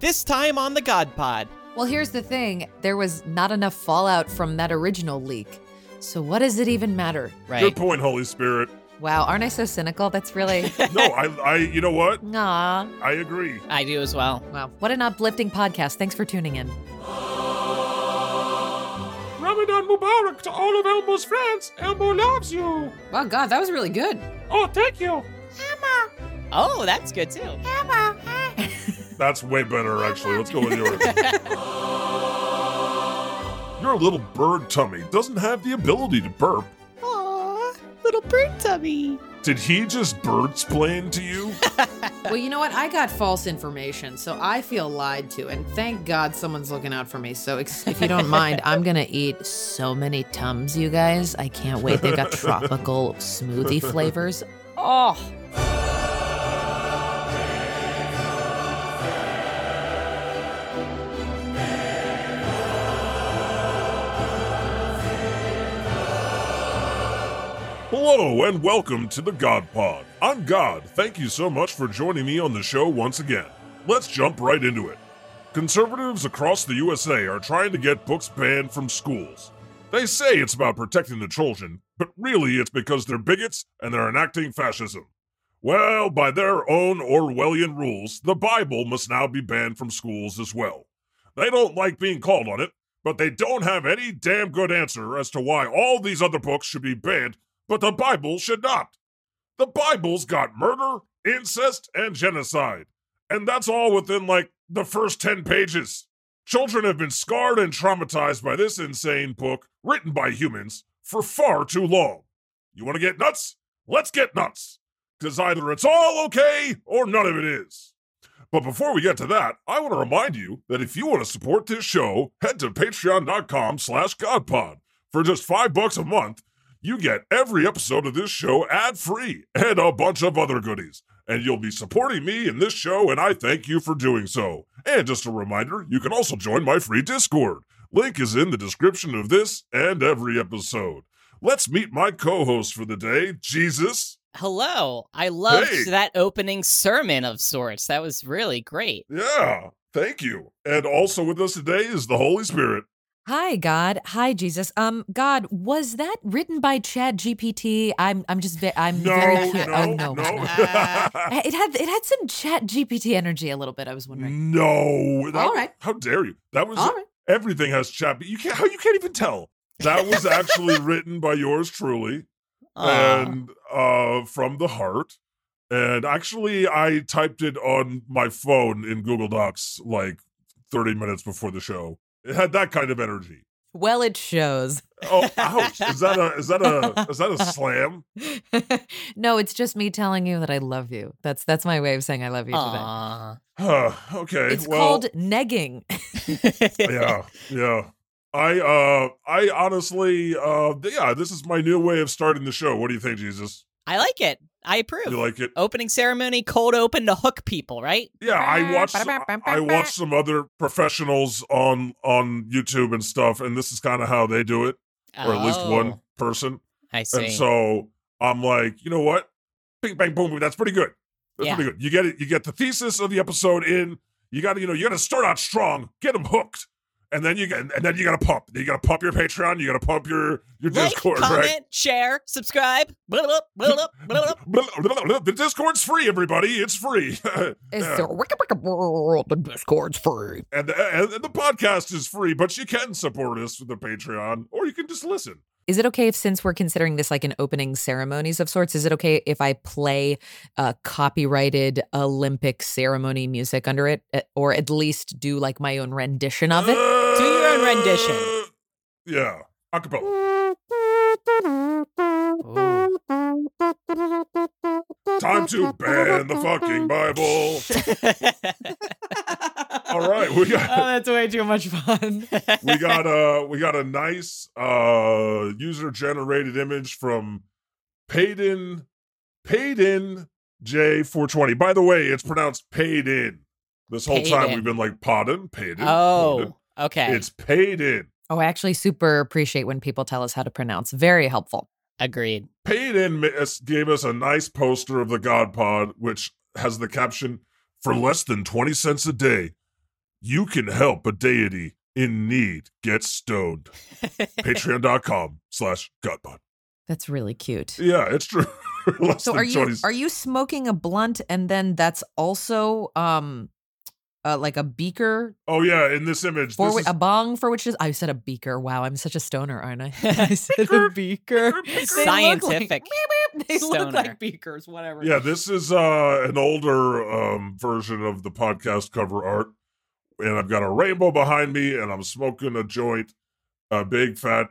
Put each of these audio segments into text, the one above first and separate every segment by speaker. Speaker 1: This time on the God Pod.
Speaker 2: Well, here's the thing there was not enough fallout from that original leak. So, what does it even matter?
Speaker 1: Right.
Speaker 3: Good point, Holy Spirit.
Speaker 2: Wow, aren't I so cynical? That's really.
Speaker 3: No, I, I, you know what?
Speaker 2: Aw.
Speaker 3: I agree.
Speaker 4: I do as well.
Speaker 2: Wow. What an uplifting podcast. Thanks for tuning in.
Speaker 5: Ramadan Mubarak to all of Elmo's friends. Elmo loves you.
Speaker 2: Wow, God, that was really good.
Speaker 5: Oh, thank you.
Speaker 4: Oh, that's good too.
Speaker 3: That's way better, actually. Let's go with yours. Your little bird tummy doesn't have the ability to burp.
Speaker 6: Aw, little bird tummy.
Speaker 3: Did he just bird splain to you?
Speaker 2: Well, you know what? I got false information, so I feel lied to. And thank God someone's looking out for me. So ex- if you don't mind, I'm going to eat so many Tums, you guys. I can't wait. They've got tropical smoothie flavors. Oh.
Speaker 3: Hello and welcome to the God Pod. I'm God. Thank you so much for joining me on the show once again. Let's jump right into it. Conservatives across the USA are trying to get books banned from schools. They say it's about protecting the children, but really it's because they're bigots and they're enacting fascism. Well, by their own Orwellian rules, the Bible must now be banned from schools as well. They don't like being called on it, but they don't have any damn good answer as to why all these other books should be banned but the Bible should not. The Bible's got murder, incest, and genocide. And that's all within like the first 10 pages. Children have been scarred and traumatized by this insane book written by humans for far too long. You want to get nuts? Let's get nuts. Because either it's all okay or none of it is. But before we get to that, I want to remind you that if you want to support this show, head to patreon.com slash godpod. For just five bucks a month, you get every episode of this show ad free and a bunch of other goodies. And you'll be supporting me in this show, and I thank you for doing so. And just a reminder, you can also join my free Discord. Link is in the description of this and every episode. Let's meet my co host for the day, Jesus.
Speaker 4: Hello. I loved
Speaker 3: Hey.
Speaker 4: that opening sermon of sorts. That was really great.
Speaker 3: Yeah, thank you. And also with us today is the Holy Spirit.
Speaker 2: Hi, God. Hi, Jesus. Um, God, was that written by Chad GPT? I'm, I'm just, ve- I'm
Speaker 3: No,
Speaker 2: very
Speaker 3: no,
Speaker 2: curious. oh, no,
Speaker 3: no.
Speaker 2: it was not.
Speaker 3: No,
Speaker 2: It had, it had some Chat GPT energy a little bit. I was
Speaker 3: Mm.
Speaker 2: wondering.
Speaker 3: that-
Speaker 2: All right.
Speaker 3: How dare you? That was
Speaker 2: All right.
Speaker 3: Everything has chat. You can't. How you can't even tell. That was actually written by yours truly,
Speaker 4: Aw.
Speaker 3: and uh, from the heart. And actually, I typed it on my phone in Google Docs like 30 minutes before the show. It had that kind of energy.
Speaker 2: Well, it shows.
Speaker 3: Oh, ouch! Is that a is that a is that a slam?
Speaker 2: no, it's just me telling you that I love you. That's that's my way of saying I love you today.
Speaker 4: Aw.
Speaker 3: Huh, okay.
Speaker 2: It's
Speaker 3: well,
Speaker 2: called negging.
Speaker 3: yeah, yeah. I uh, I honestly uh, yeah. This is my new way of starting the show. What do you think, Jesus?
Speaker 4: I like it. I approve.
Speaker 3: You like it?
Speaker 4: opening ceremony, cold open to hook people, right?
Speaker 3: Yeah, I watched I watched some other professionals on on YouTube and stuff, and this is kind of how they do it, or at least one
Speaker 4: Oh,
Speaker 3: person.
Speaker 4: I see.
Speaker 3: And so I'm like, you know what? Bing bang boom boom. That's pretty good. That's
Speaker 4: Yeah.
Speaker 3: pretty good. You get it. You get the thesis of the episode in. You got to you know you got to start out strong, get them hooked, and then you get and then you got to pump. You got to pump your Patreon. You got to pump your your
Speaker 4: like,
Speaker 3: Discord.
Speaker 4: comment,
Speaker 3: right?
Speaker 4: share, subscribe. Blah, blah, blah, blah, blah, blah.
Speaker 3: The Discord's free, everybody. It's free.
Speaker 2: Is
Speaker 3: Yeah.
Speaker 2: there wicka wicka world? The Discord's free.
Speaker 3: And the, and the podcast is free, but you can support us with the Patreon, or you can just listen.
Speaker 2: Is it okay if, since we're considering this like an opening ceremonies of sorts, is it okay if I play uh, copyrighted Olympic ceremony music under it, Uh, or at least do like my own rendition of it?
Speaker 3: Do
Speaker 4: your own rendition.
Speaker 3: Uh, Yeah, acapella. Time to ban the fucking Bible. All right, we got
Speaker 2: Oh, that's way too much fun.
Speaker 3: we got uh we got a nice uh user generated image from Payden Payden J420. By the way, it's pronounced paid in. This whole time
Speaker 4: Payden.
Speaker 3: we've been like Podden, paid in.
Speaker 4: oh, okay.
Speaker 3: It's paid in.
Speaker 2: Oh, I actually super appreciate when people tell us how to pronounce. Very helpful.
Speaker 4: Agreed.
Speaker 3: Peyton ma- us- gave us a nice poster of the God Pod, which has the caption "For less than twenty cents a day, You can help a deity in need get stoned. Patreon.com slash godpod.
Speaker 2: That's really cute.
Speaker 3: Yeah, it's true. Less
Speaker 2: So
Speaker 3: than
Speaker 2: are you
Speaker 3: 20
Speaker 2: are you smoking a blunt and then that's also um uh, like a beaker
Speaker 3: oh yeah, in this image.
Speaker 2: for
Speaker 3: This
Speaker 2: whi-
Speaker 3: is-
Speaker 2: a bong for which is I said a beaker. Wow, I'm such a stoner, aren't I? I said a beaker. They look like-
Speaker 4: Scientific
Speaker 2: they look
Speaker 4: stoner.
Speaker 2: like beakers, whatever.
Speaker 3: yeah, this is uh, an older um, version of the podcast cover art. And I've got a rainbow behind me, and I'm smoking a joint, a big fat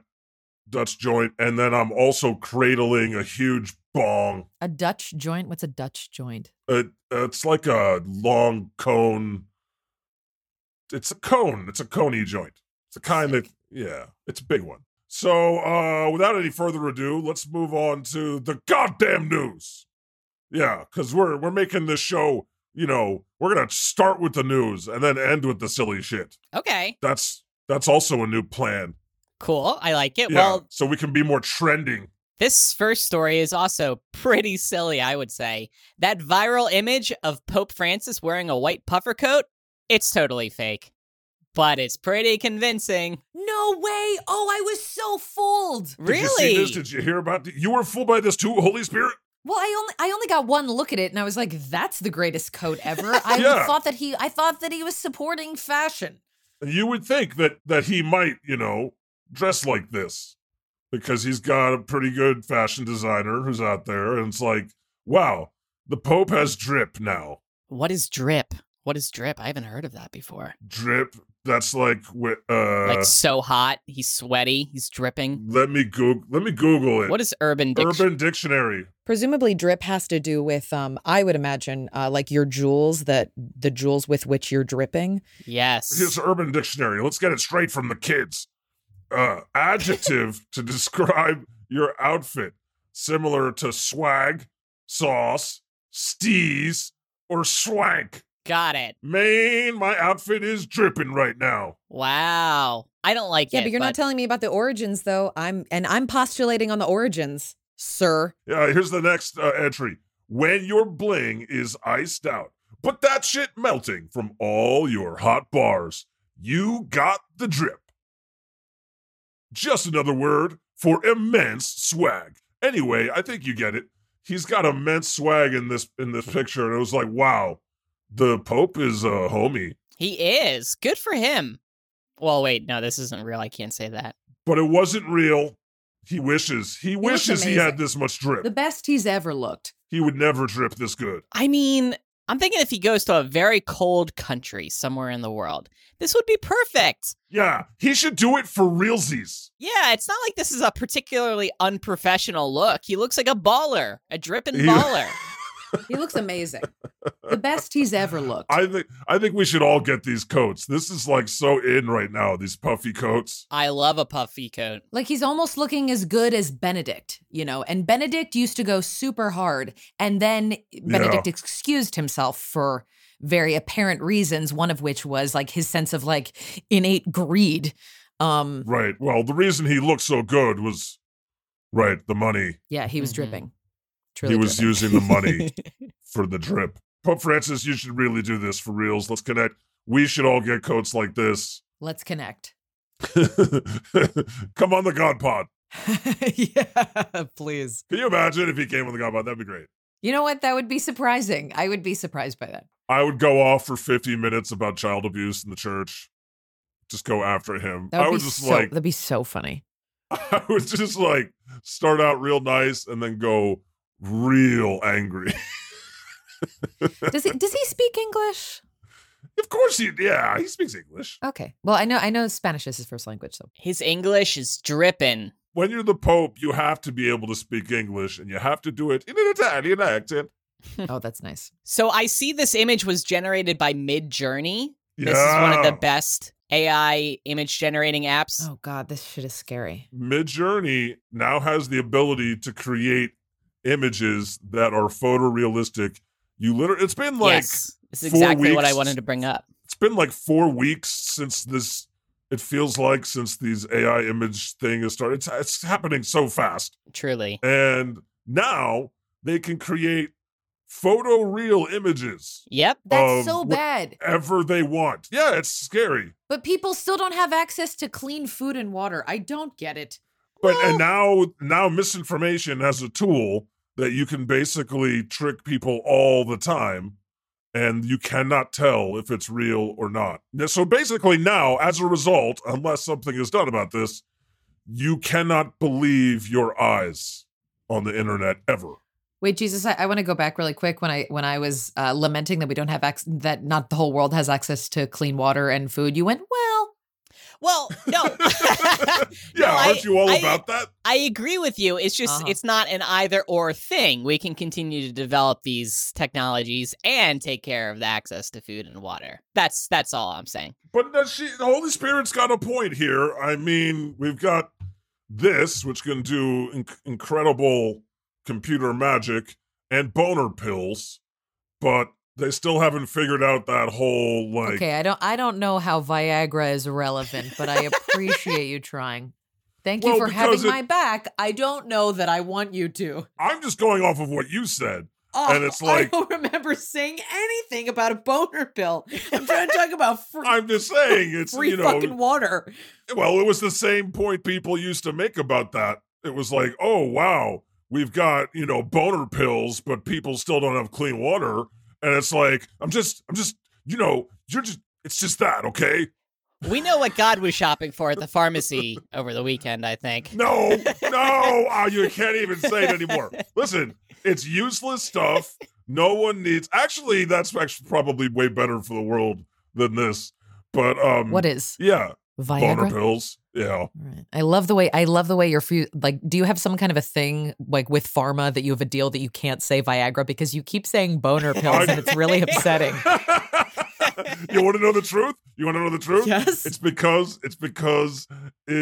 Speaker 3: Dutch joint, and then I'm also cradling a huge bong.
Speaker 2: A Dutch joint. What's a Dutch joint?
Speaker 3: It, Uh, it's like a long cone. It's a cone. It's a coney joint. It's a kind that, yeah, it's a big one. So, uh, without any further ado, let's move on to the goddamn news. Yeah, because we're we're making this show. You know, we're gonna start with the news and then end with the silly shit.
Speaker 4: okay,
Speaker 3: That's that's also a new plan.
Speaker 4: cool. I like it.
Speaker 3: Yeah,
Speaker 4: Well,
Speaker 3: so we can be more trending.
Speaker 4: this first story is also pretty silly, I would say. That viral image of Pope Francis wearing a white puffer coat, it's totally fake, but it's pretty convincing.
Speaker 2: No way! Oh, I was so fooled.
Speaker 3: Did
Speaker 4: Really?
Speaker 3: you see this? Did you hear about? th- You were fooled by this too, Holy Spirit.
Speaker 2: Well, I only I only got one look at it, and I was like, "That's the greatest coat ever." I
Speaker 3: Yeah.
Speaker 2: thought that he I thought that he was supporting fashion.
Speaker 3: you would think that that he might you know dress like this because he's got a pretty good fashion designer who's out there and it's like wow the pope has drip now
Speaker 4: What is drip? What is drip? I haven't heard of that before.
Speaker 3: drip that's like wi- uh
Speaker 4: like so hot, he's sweaty, he's dripping.
Speaker 3: let me google let me google it
Speaker 4: What is urban dictionary?
Speaker 3: urban dictionary
Speaker 2: Presumably, drip has to do with um, I would imagine uh, like your jewels that the jewels with which you're dripping.
Speaker 4: Yes.
Speaker 3: here's urban dictionary let's get it straight from the kids uh adjective to describe your outfit similar to swag sauce steez or swank
Speaker 4: Got it.
Speaker 3: Man, my outfit is dripping right now.
Speaker 4: Wow. I don't like
Speaker 2: Yeah,
Speaker 4: it.
Speaker 2: but you're not telling me about the origins, though. I'm and I'm postulating on the origins, sir.
Speaker 3: Yeah, here's the next uh, entry. When your bling is iced out, but that shit melting from all your hot bars, you got the drip. Just another word for immense swag. Anyway, I think you get it. He's got immense swag in this in this picture, and it was like, wow, the Pope is a homie.
Speaker 4: He is. Good for him. Well, wait, no, this isn't real. I can't say that.
Speaker 3: But it wasn't real. He wishes. He
Speaker 2: looks
Speaker 3: wishes he had
Speaker 2: amazing.
Speaker 3: this much drip.
Speaker 2: The best he's ever looked.
Speaker 3: he would never drip this good.
Speaker 4: I mean, I'm thinking if he goes to a very cold country somewhere in the world, this would be perfect.
Speaker 3: Yeah, he should do it for realsies.
Speaker 4: Yeah, it's not like this is a particularly unprofessional look. He looks like a baller, a dripping
Speaker 3: He-
Speaker 4: baller.
Speaker 2: He looks amazing. the best he's ever looked.
Speaker 3: I think I think we should all get these coats. This is like so in right now. These puffy coats.
Speaker 4: I love a puffy coat.
Speaker 2: Like he's almost looking as good as Benedict, you know. And Benedict used to go super hard, and then Benedict excused himself for very apparent reasons, one of which was like his sense of like innate greed. Um
Speaker 3: Right. Well, the reason he looked so good was, right, the money.
Speaker 2: yeah, he was
Speaker 4: Mhm.
Speaker 2: dripping. Truly
Speaker 3: Mm-hmm. he was
Speaker 2: dripping.
Speaker 3: using the money for the drip. Pope Francis, you should really do this for reals. Let's connect. We should all get coats like this.
Speaker 2: Let's connect.
Speaker 3: Come on the God Pod.
Speaker 2: yeah, please.
Speaker 3: Can you imagine if he came on the God Pod? That'd be great.
Speaker 2: You know what? That would be surprising. I would be surprised by that.
Speaker 3: I would go off for 50 minutes about child abuse in the church. Just go after him.
Speaker 2: That would
Speaker 3: I
Speaker 2: be
Speaker 3: was just
Speaker 2: so,
Speaker 3: like,
Speaker 2: that'd be so funny.
Speaker 3: I would just like start out real nice and then go real angry.
Speaker 2: Does he does he speak English?
Speaker 3: of course, he, yeah, he speaks English.
Speaker 2: Okay. Well, I know I know Spanish is his first language, so
Speaker 4: His English is dripping.
Speaker 3: When you're the Pope, you have to be able to speak English and you have to do it in an Italian accent. Hmm.
Speaker 2: oh, that's nice.
Speaker 4: So I see this image was generated by Midjourney.
Speaker 3: Yeah.
Speaker 4: This is one of the best AI image generating apps.
Speaker 2: Oh God, this shit is scary.
Speaker 3: Midjourney now has the ability to create images that are photorealistic. You literally, it's
Speaker 2: Oh.
Speaker 3: been like.
Speaker 4: yes. This is
Speaker 3: four
Speaker 4: exactly what I
Speaker 3: weeks-
Speaker 4: wanted to bring up.
Speaker 3: it's been like four weeks since this it feels like since these ai image thing has started it's, it's happening so fast
Speaker 4: Truly.
Speaker 3: and now they can create photoreal images
Speaker 4: Yep.
Speaker 2: That's
Speaker 3: Um,
Speaker 2: so
Speaker 3: wh-
Speaker 2: bad.
Speaker 3: ever they want. Yeah, it's scary.
Speaker 2: But people still don't have access to clean food and water. I don't get it.
Speaker 3: But and now now misinformation has a tool that you can basically trick people all the time and you cannot tell if it's real or not. Now- So basically now as a result, unless something is done about this, you cannot believe your eyes on the internet ever.
Speaker 2: Wait, Jesus, I, I want to go back really quick when I when I was uh, lamenting that we don't have ac- that not the whole world has access to clean water and food. You went, well,
Speaker 4: Well, no.
Speaker 3: Yeah,
Speaker 4: No, I-
Speaker 3: aren't you all
Speaker 4: I-
Speaker 3: about that?
Speaker 4: I agree with you. It's just
Speaker 2: Uh-huh.
Speaker 4: it's not an either or thing. We can continue to develop these technologies and take care of the access to food and water. That's that's all I'm saying.
Speaker 3: But does she, the Holy Spirit's got a point here. I mean, we've got this, which can do inc- incredible computer magic and boner pills, but they still haven't figured out that whole like.
Speaker 2: okay, I don't I don't know how Viagra is relevant, but I appreciate you trying. Thank you
Speaker 3: Well,
Speaker 2: for having
Speaker 3: because it-
Speaker 2: my back. I don't know that I want you to. Oh,
Speaker 3: I'm just going off of what you said. And it's
Speaker 2: I
Speaker 3: like-
Speaker 2: don't remember saying anything about a boner pill. I'm trying to talk about fr-
Speaker 3: I'm just saying it's
Speaker 2: free
Speaker 3: you know
Speaker 2: fucking water.
Speaker 3: Well, it was the same point people used to make about that. It was like, oh, wow, we've got, you know, boner pills, but people still don't have clean water. And it's like, I'm just, I'm just, you know, you're just, it's just that, okay?
Speaker 4: We know what God was shopping for at the pharmacy over the weekend, I think.
Speaker 3: No, no, ah, you can't even say it anymore. Listen, it's useless stuff. No one needs, actually, that's actually probably way better for the world than this. But, um,
Speaker 2: What is
Speaker 3: yeah, boner
Speaker 2: Viagra?
Speaker 3: pills. Yeah.
Speaker 2: Right. I love the way I love the way your few like do you have some kind of a thing like with pharma that you have a deal that you can't say Viagra because you keep saying boner pills and it's really upsetting.
Speaker 3: you want to know the truth? You want to know the truth?
Speaker 2: Yes.
Speaker 3: It's because it's because uh,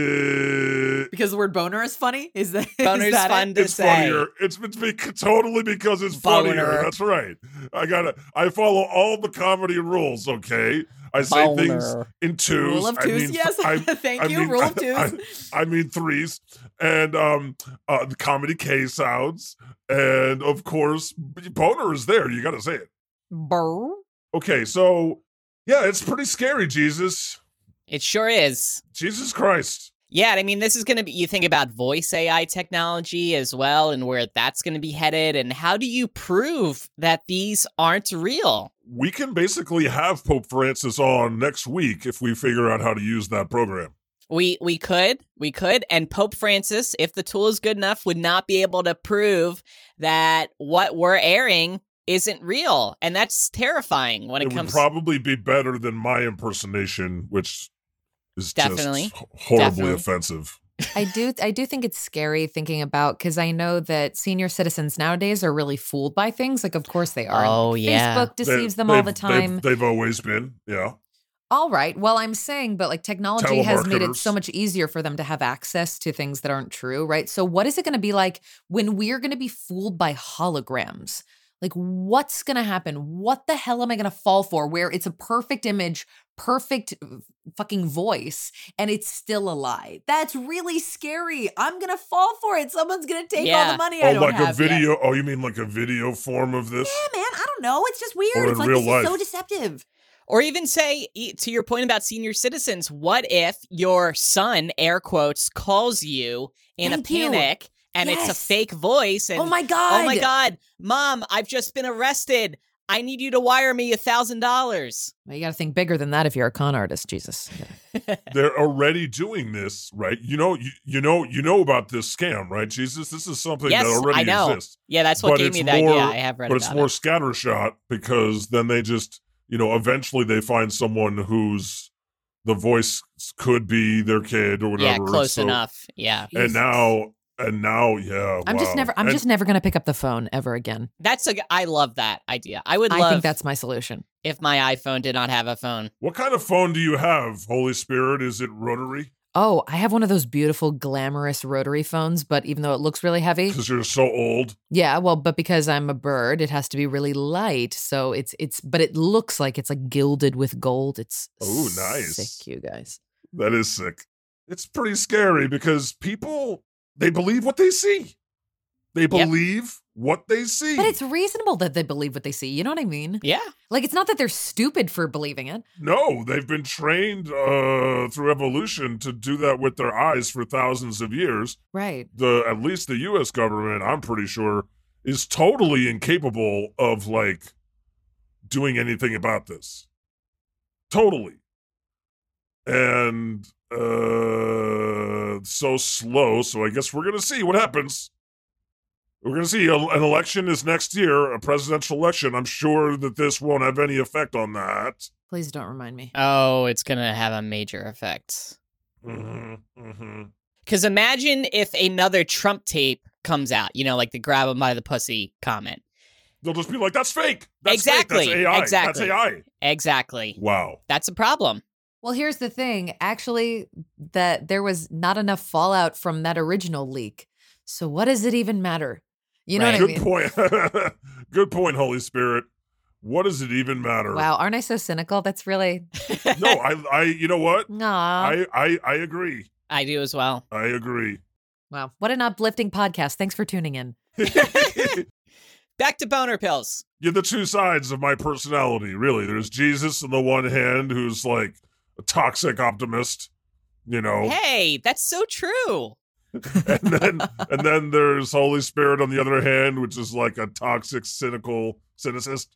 Speaker 2: because the word boner is funny? Is that is
Speaker 4: Boner's
Speaker 2: that it?
Speaker 4: fun to
Speaker 3: it's
Speaker 4: say.
Speaker 3: funnier. It's it's bec- totally because it's funnier.
Speaker 4: Boner.
Speaker 3: That's right. I gotta. I follow all the comedy rules. Okay. I say things
Speaker 4: Boner.
Speaker 3: in twos.
Speaker 2: Rule of
Speaker 3: I
Speaker 2: twos,
Speaker 3: mean,
Speaker 2: yes.
Speaker 3: I,
Speaker 2: Thank
Speaker 3: I
Speaker 2: you.
Speaker 3: mean,
Speaker 2: Rule of twos.
Speaker 3: I- I mean threes and um uh the comedy K sounds and of course b- boner is there. You gotta say it.
Speaker 2: Brr.
Speaker 3: Okay, so yeah, it's pretty scary, Jesus.
Speaker 4: It sure is.
Speaker 3: Jesus Christ.
Speaker 4: Yeah, and I mean, this is going to be, you think about voice AI technology as well and where that's going to be headed. And how do you prove that these aren't real?
Speaker 3: We can basically have Pope Francis on next week if we figure out how to use that program.
Speaker 4: We we could we could and Pope Francis, if the tool is good enough, would not be able to prove that what we're airing isn't real, and that's terrifying when it,
Speaker 3: It would
Speaker 4: comes.
Speaker 3: probably be better than my impersonation, which is
Speaker 4: Definitely.
Speaker 3: just h- horribly
Speaker 4: Definitely.
Speaker 3: offensive.
Speaker 2: I do I do think it's scary thinking about because I know that senior citizens nowadays are really fooled by things. Like of course they are.
Speaker 4: Oh,
Speaker 2: Facebook
Speaker 4: yeah.
Speaker 2: Facebook deceives them all the
Speaker 3: they've-
Speaker 2: time.
Speaker 3: They've, always been, yeah.
Speaker 2: All right. Well, I'm saying, but like technology has made it so
Speaker 3: Telemarketers.
Speaker 2: much easier for them to have access to things that aren't true, right? So, what is it going to be like when we're going to be fooled by holograms? Like, what's going to happen? What the hell am I going to fall for where it's a perfect image, perfect uh, fucking voice, and it's still a lie? That's really scary. I'm going to fall for it. Someone's going to take all
Speaker 4: Yeah.
Speaker 2: the money I
Speaker 3: Oh,
Speaker 2: don't
Speaker 3: like
Speaker 2: have.
Speaker 3: a
Speaker 2: yet.
Speaker 3: video. Oh, you mean like a video form of this?
Speaker 2: Yeah, man. I don't know. It's just weird.
Speaker 3: Or
Speaker 2: it's
Speaker 3: in
Speaker 2: like
Speaker 3: real
Speaker 2: this
Speaker 3: life.
Speaker 2: is so deceptive.
Speaker 4: Or even say e- to your point about senior citizens, what if your son, air quotes, calls you in
Speaker 2: Thank
Speaker 4: a
Speaker 2: you.
Speaker 4: panic and it's a
Speaker 2: Yes.
Speaker 4: fake voice? And
Speaker 2: oh my god.
Speaker 4: oh my god, mom, I've just been arrested. I need you to wire me a thousand dollars.
Speaker 2: Well, you got to think bigger than that if you're a con artist, Jesus.
Speaker 3: They're already doing this, right? You know, you, you know, you know about this scam, right, Jesus? This is something
Speaker 4: Yes,
Speaker 3: that already
Speaker 4: I know.
Speaker 3: exists.
Speaker 4: Yeah, that's what
Speaker 3: But
Speaker 4: gave
Speaker 3: it's
Speaker 4: me the idea.
Speaker 3: more-
Speaker 4: I have read
Speaker 3: but
Speaker 4: about
Speaker 3: it's
Speaker 4: it.
Speaker 3: more scattershot because then they just you know eventually they find someone who's the voice could be their kid or whatever
Speaker 4: yeah, close
Speaker 3: so-
Speaker 4: enough. Yeah.
Speaker 3: and now and now yeah
Speaker 2: I'm just
Speaker 3: wow.
Speaker 2: never. I'm
Speaker 3: And
Speaker 2: just never gonna pick up the phone ever again.
Speaker 4: That's a. I love that idea. I would love
Speaker 2: I think that's my solution.
Speaker 4: if my iPhone did not have a phone.
Speaker 3: what kind of phone do you have holy spirit is it rotary
Speaker 2: Oh, I have one of those beautiful, glamorous rotary phones, but even though it looks really heavy,
Speaker 3: because you're so old
Speaker 2: yeah, well, but because I'm a bird, it has to be really light. So it's it's, but it looks like it's like gilded with gold. It's
Speaker 3: Ooh, nice.
Speaker 2: sick, you guys.
Speaker 3: that is sick it's pretty scary because people they believe what they see they believe what they see.
Speaker 2: But it's reasonable that they believe what they see. You know what I mean?
Speaker 4: Yeah.
Speaker 2: Like, it's not that they're stupid for believing it.
Speaker 3: No, they've been trained uh, through evolution to do that with their eyes for thousands of years.
Speaker 2: Right.
Speaker 3: The at least the U.S. government, I'm pretty sure, is totally incapable of like doing anything about this. Totally, and uh, so slow. So I guess we're gonna see what happens. We're gonna see a- an election is next year, a presidential election. I'm sure that this won't have any effect on that.
Speaker 2: Please don't remind me.
Speaker 4: Oh, it's going to have a major effect.
Speaker 3: hmm hmm
Speaker 4: Because imagine if another Trump tape comes out, you know, like the grab him by the pussy comment.
Speaker 3: They'll just be like, "That's fake. That's Fake. That's
Speaker 4: Exactly,
Speaker 3: AI.
Speaker 4: exactly.
Speaker 3: That's AI."
Speaker 4: Exactly.
Speaker 3: Wow.
Speaker 4: That's a problem.
Speaker 2: Well, here's the thing actually, that there was not enough fallout from that original leak. So, what does it even matter? You know
Speaker 4: Right.
Speaker 2: what I mean?
Speaker 3: Good point. Good point, Holy Spirit. What does it even matter?
Speaker 2: Wow, aren't I so cynical? That's really,
Speaker 3: No, I, I, you know what?
Speaker 2: aw.
Speaker 3: I, I, I agree.
Speaker 4: I do as well.
Speaker 3: I agree.
Speaker 2: wow. What an uplifting podcast. Thanks for tuning in.
Speaker 3: You're
Speaker 4: Back to boner pills.
Speaker 3: the two sides of my personality, really. There's Jesus on the one hand, who's like a toxic optimist, you know,
Speaker 4: Hey, that's so true.
Speaker 3: and then, and then there's Holy Spirit on the other hand, which is like a toxic, cynical cynicist.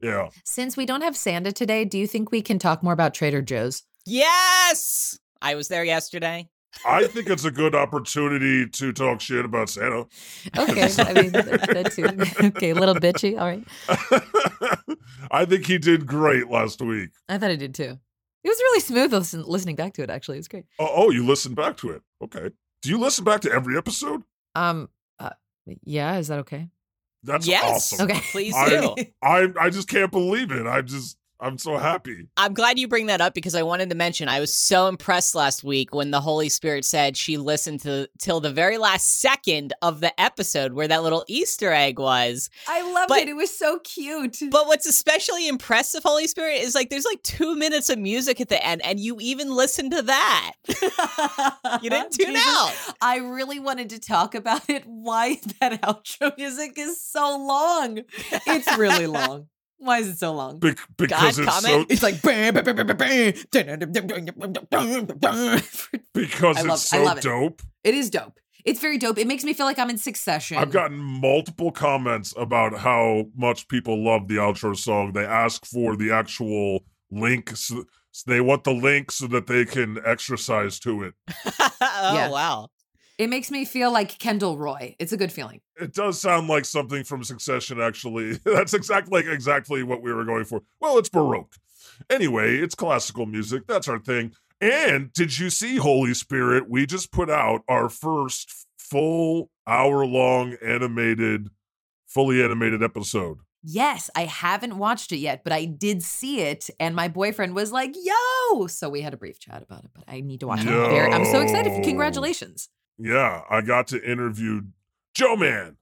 Speaker 3: Yeah.
Speaker 2: Since we don't have Sanda today, do you think we can talk more about Trader Joe's?
Speaker 4: Yes. I was there yesterday.
Speaker 3: I think it's a good opportunity to talk shit about Santa.
Speaker 2: Okay. I mean, that, that too. okay, a little bitchy. All right.
Speaker 3: I think he did great last week.
Speaker 2: I thought I did too. It was really smooth listen, listening back to it, actually. It was great.
Speaker 3: Oh, oh, you listened back to it. Okay. Do you listen back to every episode?
Speaker 2: Um, uh, yeah, is that okay?
Speaker 3: That's
Speaker 4: yes.
Speaker 3: awesome.
Speaker 2: Okay.
Speaker 4: Please
Speaker 3: I-
Speaker 4: do.
Speaker 3: I I just can't believe it. I'm just I'm so happy.
Speaker 4: I'm glad you bring that up because I wanted to mention I was so impressed last week when the Holy Spirit said she listened to till the very last second of the episode where that little Easter egg was.
Speaker 2: I loved
Speaker 4: But-
Speaker 2: it. It was so cute.
Speaker 4: But what's especially impressive, Holy Spirit, is like there's like two minutes of music at the end, and you even listened to that. You didn't tune
Speaker 2: Uh-huh. Jesus,
Speaker 4: out.
Speaker 2: I really wanted to talk about it. Why that outro music is so long. It's really long. Why is it so long?
Speaker 3: Be- because it's so
Speaker 4: comment?
Speaker 5: It's like bam, bam, bam, bam, bam, bam, bam.
Speaker 3: because
Speaker 2: I love-
Speaker 3: it's
Speaker 2: I
Speaker 3: so
Speaker 2: love it.
Speaker 3: dope.
Speaker 2: It is dope. It's very dope. It makes me feel like I'm in succession.
Speaker 3: I've gotten multiple comments about how much people love the outro song. They ask for the actual link. So so they want the link so that they can exercise to it.
Speaker 4: oh
Speaker 2: Yeah.
Speaker 4: wow.
Speaker 2: It makes me feel like Kendall Roy. It's a good feeling.
Speaker 3: It does sound like something from Succession, actually. That's exactly like exactly what we were going for. Well, it's Baroque. Anyway, it's classical music. That's our thing. And did you see Holy Spirit? We just put out our first full hour-long animated, fully animated episode.
Speaker 2: Yes, I haven't watched it yet, but I did see it, and my boyfriend was like, "Yo!" So we had a brief chat about it, but I need to watch it. Very- I'm so excited!
Speaker 3: Yo.
Speaker 2: Congratulations,
Speaker 3: Yeah, I got to interview Joe Man.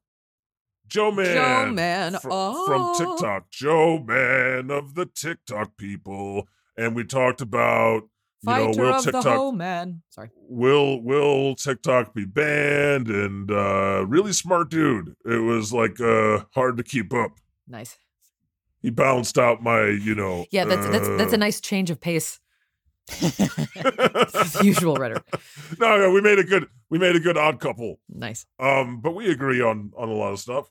Speaker 3: Joe Man.
Speaker 2: Joe Man.
Speaker 3: fr-
Speaker 2: oh,
Speaker 3: from TikTok. Joe Man of the TikTok people. And we talked about you know,
Speaker 2: fighter
Speaker 3: will
Speaker 2: of
Speaker 3: TikTok
Speaker 2: the whole man. Sorry.
Speaker 3: will will TikTok be banned and uh really smart dude. It was like uh hard to keep up.
Speaker 2: Nice.
Speaker 3: He balanced out my, you know
Speaker 2: Yeah, that's that's that's a
Speaker 3: Uh.
Speaker 2: nice change of pace. It's the usual rhetoric.
Speaker 3: uh, No, no, we made a good we made a good odd couple.
Speaker 2: Nice.
Speaker 3: um but we agree on on a lot of stuff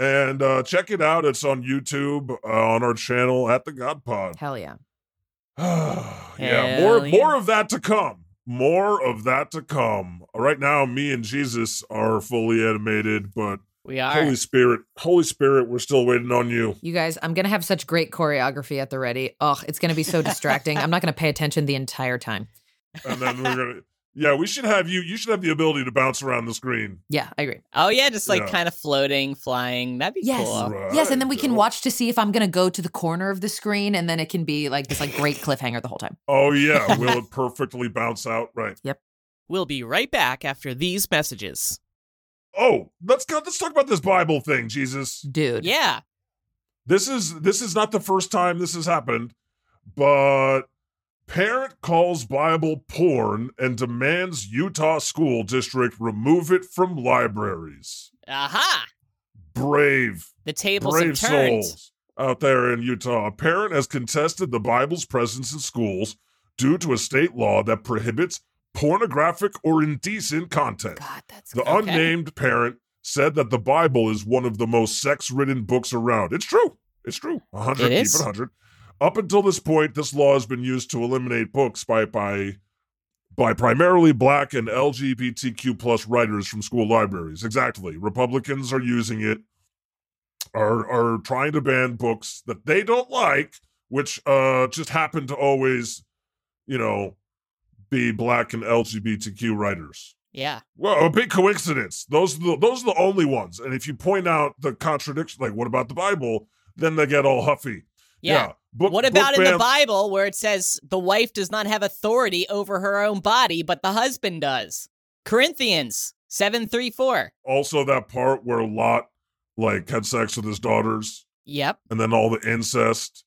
Speaker 3: and uh check it out it's on youtube uh, on our channel at the god pod
Speaker 2: Hell yeah.
Speaker 3: yeah
Speaker 4: Hell
Speaker 3: more
Speaker 4: yeah.
Speaker 3: more of that to come more of that to come right now me and jesus are fully animated but
Speaker 4: We are.
Speaker 3: holy spirit holy spirit we're still waiting on you
Speaker 2: You guys, I'm gonna have such great choreography at the ready. Oh, it's gonna be so distracting. I'm not gonna pay attention the entire time.
Speaker 3: and then we're gonna yeah we should have you you should have the ability to bounce around the screen
Speaker 2: Yeah, I agree.
Speaker 4: oh yeah, just like
Speaker 3: Yeah.
Speaker 4: kind of floating, flying. That'd be
Speaker 2: Yes.
Speaker 4: cool.
Speaker 2: Yes, and then we can
Speaker 3: Right.
Speaker 2: watch to see if I'm gonna go to the corner of the screen, and then it can be like this like great cliffhanger the whole time.
Speaker 3: oh yeah will it perfectly bounce out right
Speaker 4: We'll be right back after these messages.
Speaker 3: oh let's go let's talk about this bible thing jesus
Speaker 2: Dude.
Speaker 4: Yeah.
Speaker 3: this is this is not the first time this has happened but parent calls bible porn and demands utah school district remove it from libraries
Speaker 4: Aha.
Speaker 3: brave,
Speaker 4: The tables
Speaker 3: brave
Speaker 4: have turned.
Speaker 3: souls out there in Utah. A parent has contested the Bible's presence in schools due to a state law that prohibits pornographic or indecent content.
Speaker 2: God, that's
Speaker 3: The
Speaker 4: Okay.
Speaker 3: unnamed parent said that the Bible is one of the most sex ridden books around. It's true. It's true. 100.
Speaker 4: It
Speaker 3: keep
Speaker 4: is.
Speaker 3: it 100. Up until this point, this law has been used to eliminate books by by by primarily black and LGBTQ plus writers from school libraries. Exactly. Republicans are using it, are are trying to ban books that they don't like, which uh just happen to always, you know, be black and LGBTQ writers.
Speaker 4: Yeah.
Speaker 3: Well, a big coincidence. Those are the, those are the only ones. And if you point out the contradiction, like what about the Bible, then they get all huffy.
Speaker 4: Yeah.
Speaker 3: Book,
Speaker 4: what
Speaker 3: book
Speaker 4: about in the
Speaker 3: ban-
Speaker 4: Bible where it says the wife does not have authority over her own body, but the husband does? Corinthians 734.
Speaker 3: Also, that part where Lot like had sex with his daughters,
Speaker 4: Yep.
Speaker 3: and then all the incest,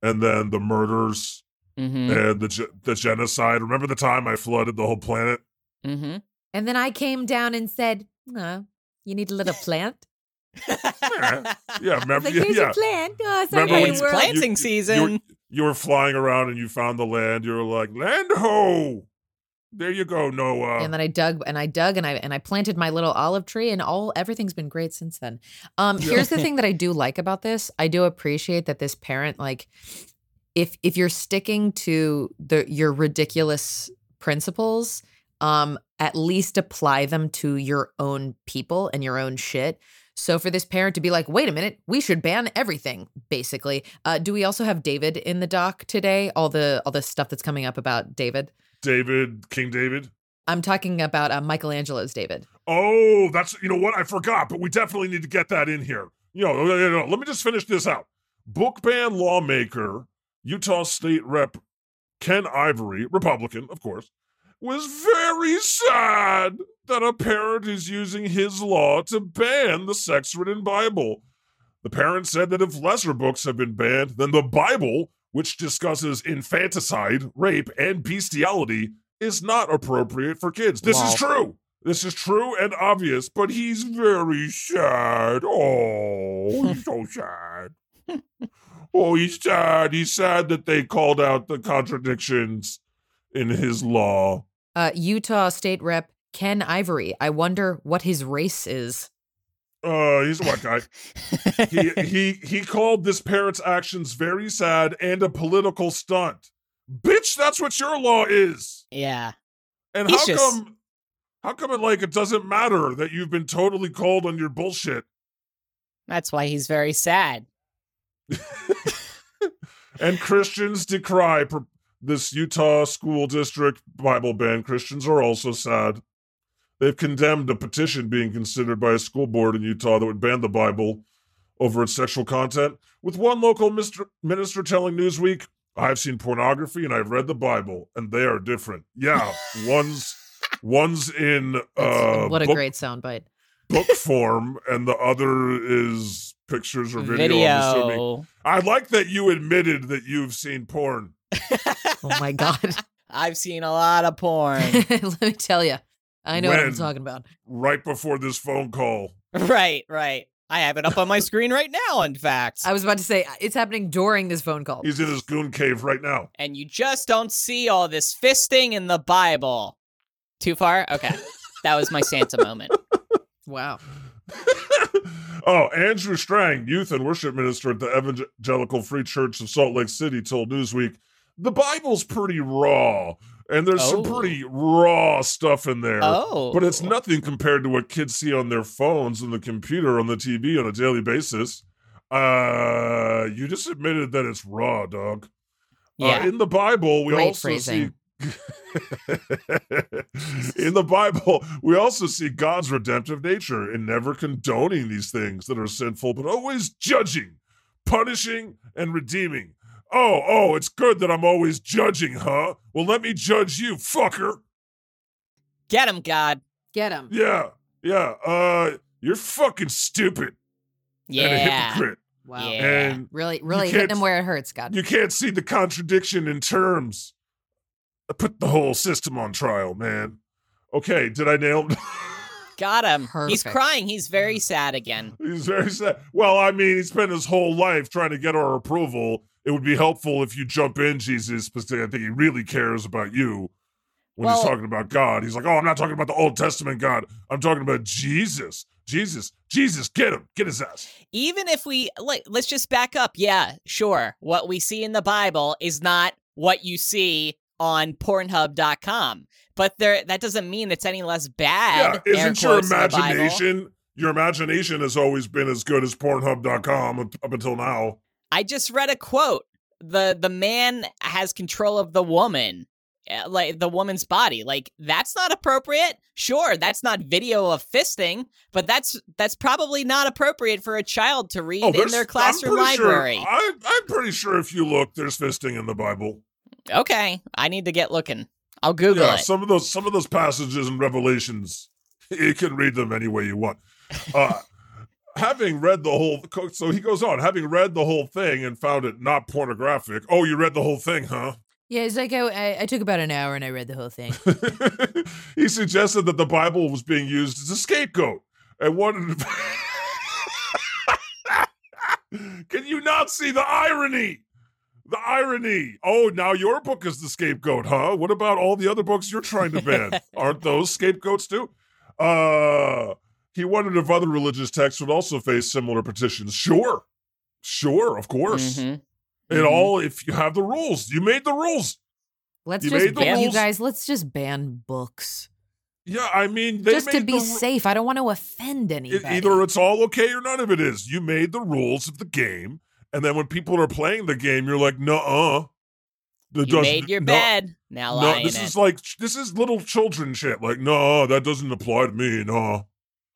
Speaker 3: and then the murders
Speaker 4: Mm-hmm.
Speaker 3: and the ge- the genocide. Remember the time I flooded the whole planet?
Speaker 4: Mm-hmm.
Speaker 2: And then I came down and said, "No, you need a little plant."
Speaker 3: Yeah. Yeah,
Speaker 2: I was
Speaker 3: remember?
Speaker 2: like, here's
Speaker 3: yeah,
Speaker 2: your plant. Oh, sorry,
Speaker 3: Remember when-
Speaker 4: It's
Speaker 2: world.
Speaker 3: plant-
Speaker 4: planting
Speaker 3: You-
Speaker 4: season.
Speaker 3: you were flying around and you found the land. You were like, land ho! There you go, Noah.
Speaker 2: and then I dug and I dug and I and I planted my little olive tree and all everything's been great since then. Um here's the thing that I do like about this. I do appreciate that this parent like if if you're sticking to the your ridiculous principles, um at least apply them to your own people and your own shit. So for this parent to be like, "Wait a minute, we should ban everything." Basically, uh, do we also have David in the doc today? All the all the stuff that's coming up about David.
Speaker 3: David, King David.
Speaker 2: I'm talking about uh, Michelangelo's David.
Speaker 3: Oh, that's you know what I forgot, but we definitely need to get that in here. You know, no, no, no, let me just finish this out. Book ban lawmaker, Utah State Rep Ken Ivory, Republican, of course, was very sad that a parent is using his law to ban the sex ridden Bible. The parent said that if lesser books have been banned, then the Bible, which discusses infanticide, rape, and bestiality, is not appropriate for kids. This
Speaker 4: Wow.
Speaker 3: is true. This is true and obvious, but he's very sad. Oh, he's so sad. Oh, he's sad. He's sad that they called out the contradictions in his law.
Speaker 2: Uh, Utah State Rep Ken Ivory. I wonder what his race is.
Speaker 3: Uh, he's a white guy. he he he called this parent's actions very sad and a political stunt. Bitch, that's what your law is.
Speaker 4: yeah.
Speaker 3: And
Speaker 4: He's
Speaker 3: how
Speaker 4: just-
Speaker 3: come how come it like it doesn't matter that you've been totally called on your bullshit?
Speaker 4: That's why he's very sad.
Speaker 3: and Christians decry pro- this Utah school district Bible ban. Christians are also sad. They've condemned a petition being considered by a school board in Utah that would ban the Bible over its sexual content. With one local mister- minister telling Newsweek, "I've seen pornography and I've read the Bible, and they are different." Yeah, one's one's in
Speaker 2: That's-
Speaker 3: uh,
Speaker 2: what a
Speaker 3: book,
Speaker 2: great soundbite.
Speaker 3: book form, and the other is pictures or video. I'm assuming.
Speaker 4: Video.
Speaker 3: I like that you admitted that you've seen porn.
Speaker 2: Oh my God.
Speaker 4: I've seen a lot of porn.
Speaker 2: Let me tell you. I know what I'm
Speaker 3: When?
Speaker 2: talking about.
Speaker 3: right before this phone call.
Speaker 4: right, right. I have it up on my screen right now, in fact.
Speaker 2: I was about to say uh, it's happening during this phone call.
Speaker 3: He's in his goon cave right now.
Speaker 4: and you just don't see all this fisting in the Bible. Too far? Okay. That was my Santa moment.
Speaker 2: Wow.
Speaker 3: oh, Andrew Strang, youth and worship minister at the Evangelical Free Church of Salt Lake City, told Newsweek the Bible's pretty raw, and there's some
Speaker 4: Oh.
Speaker 3: pretty raw stuff in there.
Speaker 4: Oh.
Speaker 3: But it's uh, nothing compared to what kids see on their phones, on the computer, on the TV on a daily basis. Uh, you just admitted that it's raw, dog. Uh,
Speaker 4: Yeah.
Speaker 3: in the Bible, we
Speaker 2: Great
Speaker 3: also
Speaker 2: phrasing.
Speaker 3: see. in the Bible, we also see God's redemptive nature in never condoning these things that are sinful, but always judging, punishing, and redeeming. Oh, oh, it's good that I'm always judging, huh? Well, let me judge you, fucker.
Speaker 4: Get him, God.
Speaker 2: Get him.
Speaker 3: Yeah, yeah. Uh, you're fucking stupid and a
Speaker 4: Yeah.
Speaker 3: hypocrite.
Speaker 2: Wow.
Speaker 4: Yeah.
Speaker 3: And
Speaker 2: Really, really
Speaker 3: can't-
Speaker 2: hitting him where it hurts, God.
Speaker 3: you can't see the contradiction in terms. I put the whole system on trial, man. Okay, did I nail
Speaker 4: Got him. He's
Speaker 2: Perfect. Mm.
Speaker 4: crying. He's very sad again.
Speaker 3: He's very sad. Well, I mean, he spent his whole life trying to get our approval. It would be helpful if you jump in, Jesus, because I think he really cares about you. When he's
Speaker 4: Well-
Speaker 3: talking about God, he's like, "Oh, I'm not talking about the Old Testament God. I'm talking about Jesus, Jesus, Jesus. Get him, get his ass."
Speaker 4: Even if we like let's just back up. Yeah, sure. What we see in the Bible is not what you see on pornhub.com. But there that doesn't mean it's any less bad.
Speaker 3: yeah,
Speaker 4: air
Speaker 3: isn't your
Speaker 4: quotes in the Bible.
Speaker 3: imagination? Your imagination has always been as good as Pornhub.com up, up until now.
Speaker 4: I just read a quote. The the man has control of the woman, uh, like the woman's body. Like that's not appropriate. Sure, that's not video of fisting, but that's that's probably not appropriate for a child to read in
Speaker 3: Oh, there's-
Speaker 4: their
Speaker 3: I'm
Speaker 4: classroom
Speaker 3: pretty sure-
Speaker 4: library.
Speaker 3: I, I'm pretty sure if you look, there's fisting in the Bible.
Speaker 4: Okay, I need to get looking. I'll Google
Speaker 3: yeah,
Speaker 4: it.
Speaker 3: some of those some of those passages and revelations, you can read them any way you want. Uh, having read the whole, co- so he goes on. Having read the whole thing and found it not pornographic. Oh, you read the whole thing, huh?
Speaker 2: Yeah, it's like I, I, I took about an hour and I read the whole thing.
Speaker 3: he suggested that the Bible was being used as a scapegoat and wanted. To... Can you not see the irony? The irony. Oh, now your book is the scapegoat, huh? What about all the other books you're trying to ban? Aren't those scapegoats too? Uh, he wondered if other religious texts would also face similar petitions. Sure, sure, of course.
Speaker 2: Mm-hmm.
Speaker 4: Mhm.
Speaker 3: It all if you have the rules. You made the rules.
Speaker 2: Let's
Speaker 3: You made
Speaker 2: just
Speaker 3: the
Speaker 2: ban you
Speaker 3: rules.
Speaker 2: guys. Let's just ban books,
Speaker 3: Yeah, I mean, they
Speaker 2: just to
Speaker 3: made
Speaker 2: be
Speaker 3: the ru-
Speaker 2: safe. I don't want to offend
Speaker 3: It-
Speaker 2: anybody.
Speaker 3: either it's all okay or none of it is. You made the rules of the game, and then when people are playing the game, you're like, "Nuh-uh." That
Speaker 4: You
Speaker 3: doesn't-
Speaker 4: made your
Speaker 3: no,
Speaker 4: bed. Now
Speaker 3: No,
Speaker 4: lie in
Speaker 3: this
Speaker 4: it.
Speaker 3: is like this is little children shit. Like, no, that doesn't apply to me. No,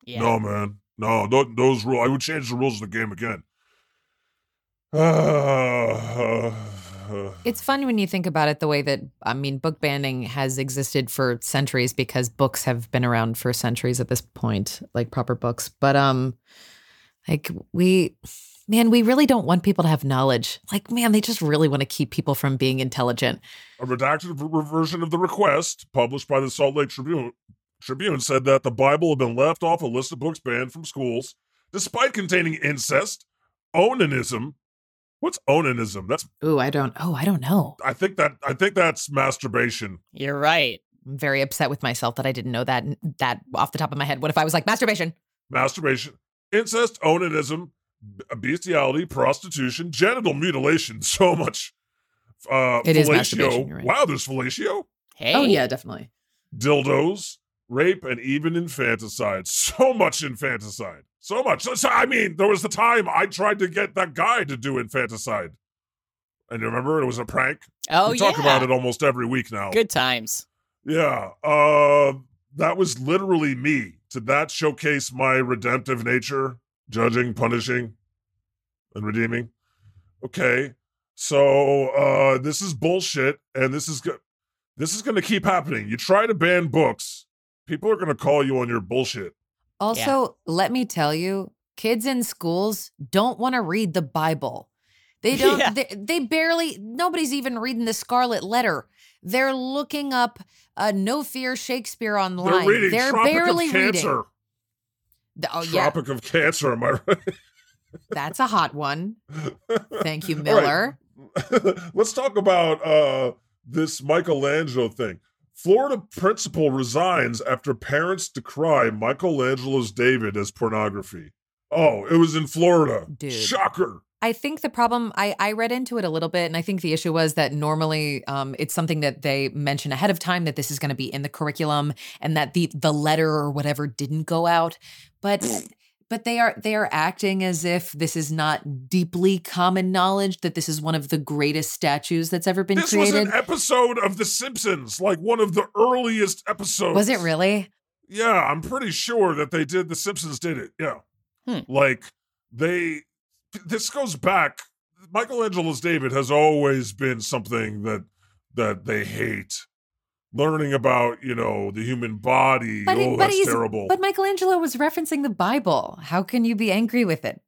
Speaker 4: yeah.
Speaker 3: no, man, no. Th- those rules, I would change the rules of the game again. Uh,
Speaker 2: It's fun when you think about it the way that, I mean, book banning has existed for centuries because books have been around for centuries at this point, like proper books. But, um, like, we, man, we really don't want people to have knowledge. Like, man, they just really want to keep people from being intelligent.
Speaker 3: A redacted v- version of the request, published by the Salt Lake Tribune, Tribune, said that the Bible had been left off a list of books banned from schools, despite containing incest, onanism. What's onanism? That's
Speaker 2: Ooh, I don't, oh, I don't know.
Speaker 3: I think that I think that's masturbation.
Speaker 4: You're right.
Speaker 2: I'm very upset with myself that I didn't know that, that off the top of my head. What if I was like, masturbation?
Speaker 3: Masturbation, incest, onanism, b- bestiality, prostitution, genital mutilation. So much. Uh,
Speaker 2: It is
Speaker 3: fellatio.
Speaker 2: masturbation, you're right.
Speaker 3: Wow, there's fellatio,
Speaker 4: Hey.
Speaker 2: Oh, definitely.
Speaker 3: dildos, rape, and even infanticide. So much infanticide. So much. So, so, I mean, there was the time I tried to get that guy to do infanticide. And you remember it was a prank?
Speaker 4: Oh
Speaker 3: we
Speaker 4: yeah.
Speaker 3: talk about it almost every week now.
Speaker 4: Good times.
Speaker 3: Yeah. Uh that was literally me. Did that showcase my redemptive nature? Judging, punishing, and redeeming. Okay. So uh this is bullshit and this is good. This is going to keep happening. You try to ban books, people are going to call you on your bullshit.
Speaker 2: Also, let me tell you, kids in schools don't want to read the Bible. They don't,
Speaker 4: Yeah.
Speaker 2: they, they barely, nobody's even reading the Scarlet Letter. They're looking up uh, No Fear Shakespeare online.
Speaker 3: They're reading Tropic
Speaker 2: barely
Speaker 3: of
Speaker 2: reading.
Speaker 3: Cancer.
Speaker 2: The- Oh, yeah.
Speaker 3: Tropic of Cancer, am I
Speaker 2: That's a hot one.
Speaker 3: right?
Speaker 2: Thank you,
Speaker 3: All right.
Speaker 2: Miller.
Speaker 3: Let's talk about uh, this Michelangelo thing. Florida principal resigns after parents decry Michelangelo's David as pornography. Oh, it was in Florida.
Speaker 2: Dude.
Speaker 3: Shocker.
Speaker 2: I think the problem I, I read into it a little bit, and I think the issue was that normally um, it's something that they mention ahead of time that this is going to be in the curriculum and that the the letter or whatever didn't go out, but but they are they are acting as if this is not deeply common knowledge that this is one of the greatest statues that's ever been
Speaker 3: this was
Speaker 2: created.
Speaker 3: an episode of The Simpsons, like one of the earliest episodes.
Speaker 2: was it really?
Speaker 3: Yeah, I'm pretty sure that they did. The Simpsons did it. Yeah.
Speaker 4: Hmm.
Speaker 3: Like they, this goes back. Michelangelo's David has always been something that that they hate. Learning about you know the human body.
Speaker 2: But he-
Speaker 3: oh,
Speaker 2: but
Speaker 3: that's
Speaker 2: he's-
Speaker 3: terrible.
Speaker 2: But Michelangelo was referencing the Bible. How can you be angry with it?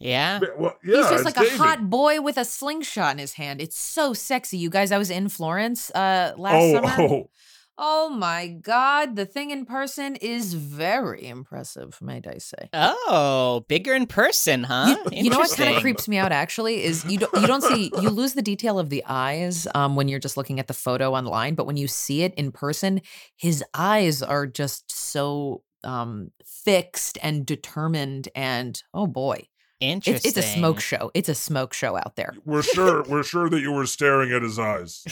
Speaker 4: Yeah.
Speaker 3: Yeah, well, yeah,
Speaker 2: He's
Speaker 3: it's
Speaker 2: just like
Speaker 3: David.
Speaker 2: a hot boy with a slingshot in his hand. It's so sexy, you guys. I was in Florence uh, last
Speaker 3: oh,
Speaker 2: summer.
Speaker 3: oh,
Speaker 2: Oh my God, the thing in person is very impressive, might I say.
Speaker 4: Oh, bigger in person, huh?
Speaker 2: You, you know what kind of
Speaker 4: Interesting.
Speaker 2: creeps me out actually is you don't you don't see you lose the detail of the eyes um, when you're just looking at the photo online, but when you see it in person, his eyes are just so um, fixed and determined, and oh boy, it's,
Speaker 4: Interesting.
Speaker 2: it's a smoke show. It's a smoke show out there.
Speaker 3: We're sure we're sure that you were staring at his eyes.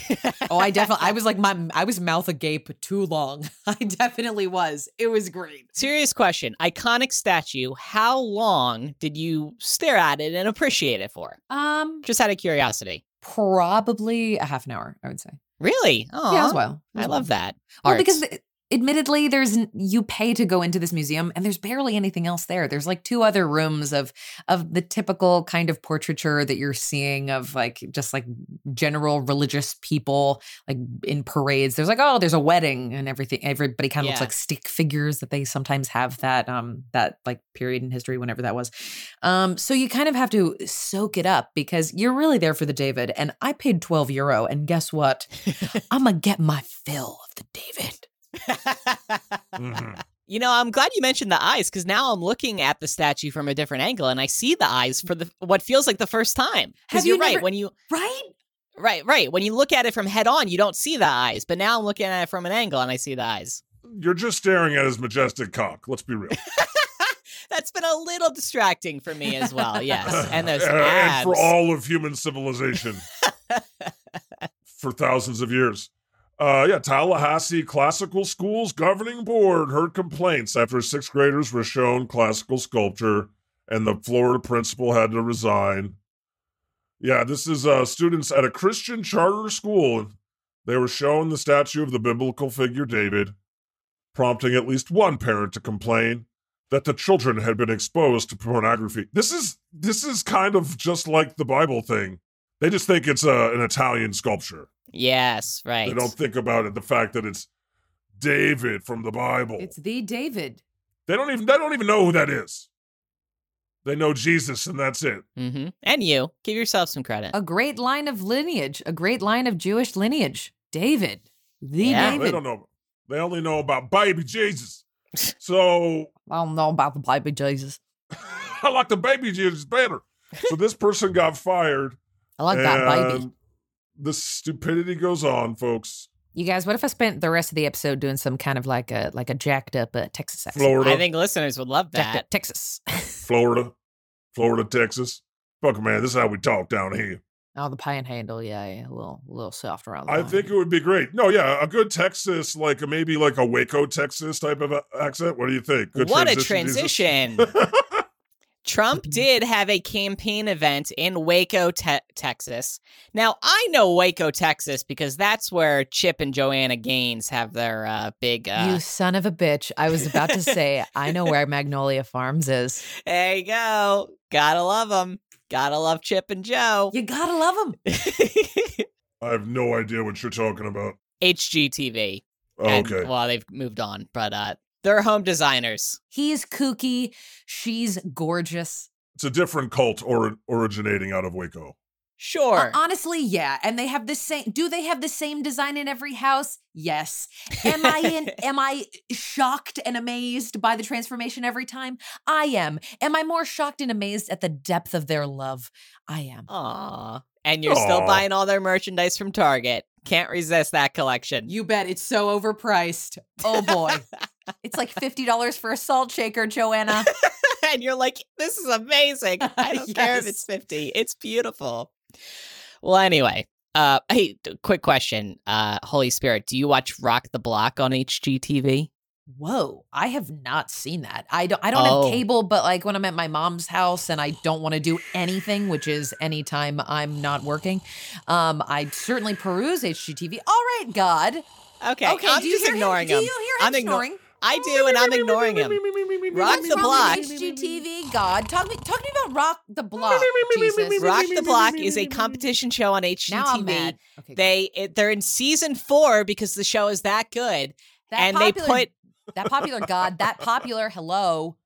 Speaker 2: Oh, I definitely I was like my I was mouth agape too long. I definitely was. It was great.
Speaker 4: Serious question. Iconic statue. How long did you stare at it and appreciate it for?
Speaker 2: Um,
Speaker 4: Just out of curiosity.
Speaker 2: probably a half an hour, I would say.
Speaker 4: Really? Oh,
Speaker 2: Yeah, as well.
Speaker 4: I love that.
Speaker 2: Well,
Speaker 4: Art.
Speaker 2: because th- admittedly, there's n- you pay to go into this museum, and there's barely anything else there. There's like two other rooms of of the typical kind of portraiture that you're seeing of like just like general religious people like in parades. There's like oh, there's a wedding and everything. Everybody kind of looks
Speaker 4: Yeah.
Speaker 2: like stick figures that they sometimes have that um that like period in history whenever that was. Um, so you kind of have to soak it up because you're really there for the David. And I paid twelve euro, and guess what? I'm gonna get my fill of the David.
Speaker 3: Mhm.
Speaker 4: you know, I'm glad you mentioned the eyes because now I'm looking at the statue from a different angle and I see the eyes for the what feels like the first time.
Speaker 2: Have
Speaker 4: Because you're
Speaker 2: you
Speaker 4: right.
Speaker 2: never-
Speaker 4: When you
Speaker 2: Right?
Speaker 4: right, right. When you look at it from head on, you don't see the eyes. But now I'm looking at it from an angle and I see the eyes.
Speaker 3: You're just staring at his majestic cock. Let's be real.
Speaker 4: That's been a little distracting for me as well. Yes, and those
Speaker 3: And- and
Speaker 4: abs.
Speaker 3: for all of human civilization for thousands of years. Uh, yeah, Tallahassee Classical Schools Governing Board heard complaints after sixth graders were shown classical sculpture, and the Florida principal had to resign. Yeah, this is uh, students at a Christian charter school. They were shown the statue of the biblical figure David, prompting at least one parent to complain that the children had been exposed to pornography. This is this is kind of just like the Bible thing. They just think it's a, an Italian sculpture.
Speaker 4: yes, right.
Speaker 3: They don't think about it the fact that it's David from the Bible.
Speaker 2: It's the David.
Speaker 3: they don't even they don't even know who that is. They know Jesus and that's it.
Speaker 4: hmm And you give yourself some credit.
Speaker 2: A great line of lineage, a great line of Jewish lineage. David. The
Speaker 4: Yeah.
Speaker 3: They
Speaker 2: David.
Speaker 3: don't know. They only know about baby Jesus. So
Speaker 2: I don't know about the Bible Jesus.
Speaker 3: I like the baby Jesus better. So this person got fired.
Speaker 2: I like that baby.
Speaker 3: and The stupidity goes on, folks.
Speaker 2: You guys, what if I spent the rest of the episode doing some kind of like a like a jacked up uh, Texas accent?
Speaker 3: Florida.
Speaker 4: I think listeners would love
Speaker 2: Jacked
Speaker 4: that.
Speaker 2: up Texas.
Speaker 3: Florida, Florida, Texas. Fuck man, this is how we talk down here.
Speaker 2: oh, the pie and handle, yeah, yeah, a little little soft around. The
Speaker 3: I
Speaker 2: line.
Speaker 3: think it would be great. No, yeah, a good Texas, like a, maybe like a Waco, Texas type of a- accent. What do you think? Good
Speaker 4: what
Speaker 3: Jesus?
Speaker 4: a transition. Trump did have a campaign event in Waco, te- Texas. Now, I know Waco, Texas because that's where Chip and Joanna Gaines have their uh, big.
Speaker 2: you
Speaker 4: Uh,
Speaker 2: son of a bitch. I was about to say I know where Magnolia Farms is.
Speaker 4: there you go. Gotta love them. Gotta love Chip and Joe.
Speaker 2: You gotta love them.
Speaker 3: I have no idea what you're talking about.
Speaker 4: HGTV.
Speaker 3: Oh,
Speaker 4: And,
Speaker 3: okay.
Speaker 4: Well, they've moved on, but uh, they're home designers.
Speaker 2: He's kooky. She's gorgeous.
Speaker 3: It's a different cult or originating out of Waco.
Speaker 2: Uh,
Speaker 4: Sure.
Speaker 2: honestly, yeah. And they have the same. Do they have the same design in every house? Yes. Am I in, am I shocked and amazed by the transformation every time? I am. Am I more shocked and amazed at the depth of their love? I am.
Speaker 4: Aw. And you're still
Speaker 3: Aw.
Speaker 4: buying all their merchandise from Target. Can't resist that collection.
Speaker 2: You bet. It's so overpriced. Oh boy. it's like fifty dollars for a salt shaker, Joanna.
Speaker 4: and you're like, this is amazing. I don't care if
Speaker 2: Yes.
Speaker 4: it's 50. It's beautiful. Well, anyway, uh, hey, d- quick question. Uh, Holy Spirit, do you watch Rock the Block on HGTV?
Speaker 2: Whoa, I have not seen that. I don't I don't
Speaker 4: Oh.
Speaker 2: have cable, but like when I'm at my mom's house and I don't want to do anything, which is anytime I'm not working, um, I certainly peruse HGTV. All right, God.
Speaker 4: Okay, I'm
Speaker 2: do you
Speaker 4: just
Speaker 2: hear
Speaker 4: ignoring
Speaker 2: him?
Speaker 4: him.
Speaker 2: Do you hear him
Speaker 4: I'm igno-
Speaker 2: snoring?
Speaker 4: I do, and I'm ignoring him. Rock
Speaker 2: What's
Speaker 4: the
Speaker 2: wrong
Speaker 4: Block.
Speaker 2: with HGTV, God. Talk me talk to me about Rock the Block. Jesus.
Speaker 4: Rock the Block is a competition show on HGTV.
Speaker 2: now I'm mad. Okay, good.
Speaker 4: They it, they're in season four because the show is that good,
Speaker 2: That
Speaker 4: and
Speaker 2: popular-
Speaker 4: they put
Speaker 2: that popular God, that popular hello.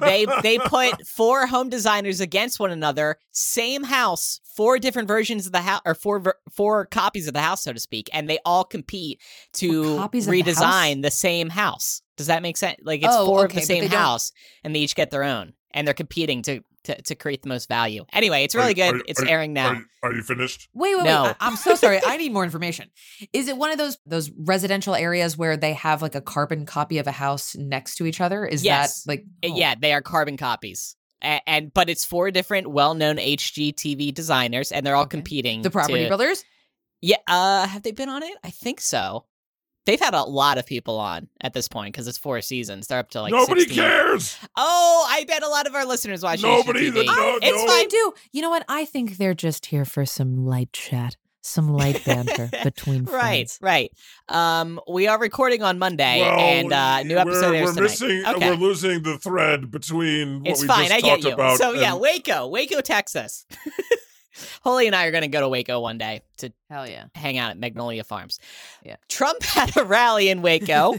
Speaker 4: They they put four home designers against one another, same house, four different versions of the house, or four ver- four copies of the house, so to speak, and they all compete to
Speaker 2: Four copies of the house?
Speaker 4: redesign the, same house. Does that make sense? Like it's
Speaker 2: Oh,
Speaker 4: four of
Speaker 2: okay,
Speaker 4: the
Speaker 2: but
Speaker 4: same
Speaker 2: they don't-
Speaker 4: house, and they each get their own, and they're competing to to, to create the most value. Anyway, it's really
Speaker 3: Are-
Speaker 4: good.
Speaker 3: are-
Speaker 4: it's airing now. Uh,
Speaker 3: Are, you- are you finished?
Speaker 2: Wait, wait,
Speaker 4: No.
Speaker 2: wait. I- am so sorry. I need more information. Is it one of those those residential areas where they have like a carbon copy of a house next to each other? Is
Speaker 4: Yes.
Speaker 2: that like
Speaker 4: Uh,
Speaker 2: oh.
Speaker 4: Yeah, they are carbon copies. And, and but it's four different well-known HGTV designers, and they're all
Speaker 2: Okay.
Speaker 4: competing.
Speaker 2: The Property
Speaker 4: to-
Speaker 2: Brothers?
Speaker 4: Yeah, uh, have they been on it? I think so. They've had a lot of people on at this point because it's four seasons. They're up to like
Speaker 3: Nobody
Speaker 4: 16.
Speaker 3: cares.
Speaker 4: Oh, I bet a lot of our listeners watch
Speaker 3: Nobody
Speaker 4: HGTV.
Speaker 3: that- no,
Speaker 4: it's
Speaker 3: no.
Speaker 2: I
Speaker 4: fine.
Speaker 2: do. You know what? I think they're just here for some light chat, some light banter between
Speaker 4: Right,
Speaker 2: friends.
Speaker 4: right. Um, we are recording on Monday,
Speaker 3: well,
Speaker 4: and uh, new episode
Speaker 3: we're,
Speaker 4: airs
Speaker 3: we're
Speaker 4: tonight.
Speaker 3: missing. uh,
Speaker 4: okay,
Speaker 3: We're losing the thread between what
Speaker 4: it's
Speaker 3: we
Speaker 4: fine.
Speaker 3: just
Speaker 4: I
Speaker 3: talked
Speaker 4: get you.
Speaker 3: about.
Speaker 4: so yeah,
Speaker 3: and-
Speaker 4: Waco, Waco, Texas. Holly and I are going to go to Waco one day to
Speaker 2: Hell yeah.
Speaker 4: hang out at Magnolia Farms.
Speaker 2: Yeah.
Speaker 4: Trump had a rally in Waco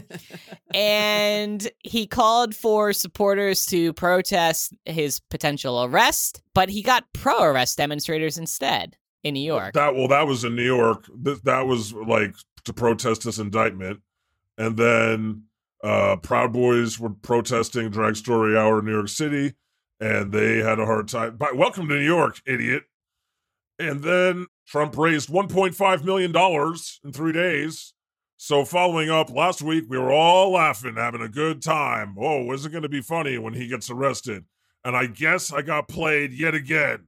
Speaker 4: and he called for supporters to protest his potential arrest, but he got pro arrest demonstrators instead in New York.
Speaker 3: That well, that was in New York. That that was like to protest this indictment, and then uh Proud Boys were protesting Drag Story Hour in New York City, and they had a hard time. But welcome to New York, idiot. And then Trump raised 1.5 million dollars in three days. So following up last week, we were all laughing, having a good time. Oh, is it going to be funny when he gets arrested? And I guess I got played yet again.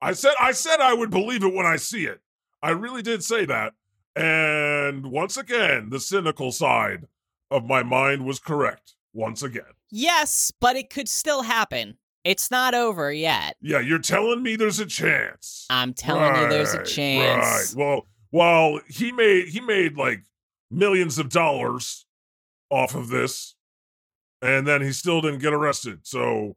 Speaker 3: I said I said I would believe it when I see it. I really did say that. And once again, the cynical side of my mind was correct. Once again.
Speaker 4: Yes, but it could still happen. It's not over yet.
Speaker 3: Yeah, you're telling me there's a chance.
Speaker 4: I'm telling you there's a
Speaker 3: Right,
Speaker 4: chance.
Speaker 3: Right. Well, while he made he made like millions of dollars off of this and then he still didn't get arrested. So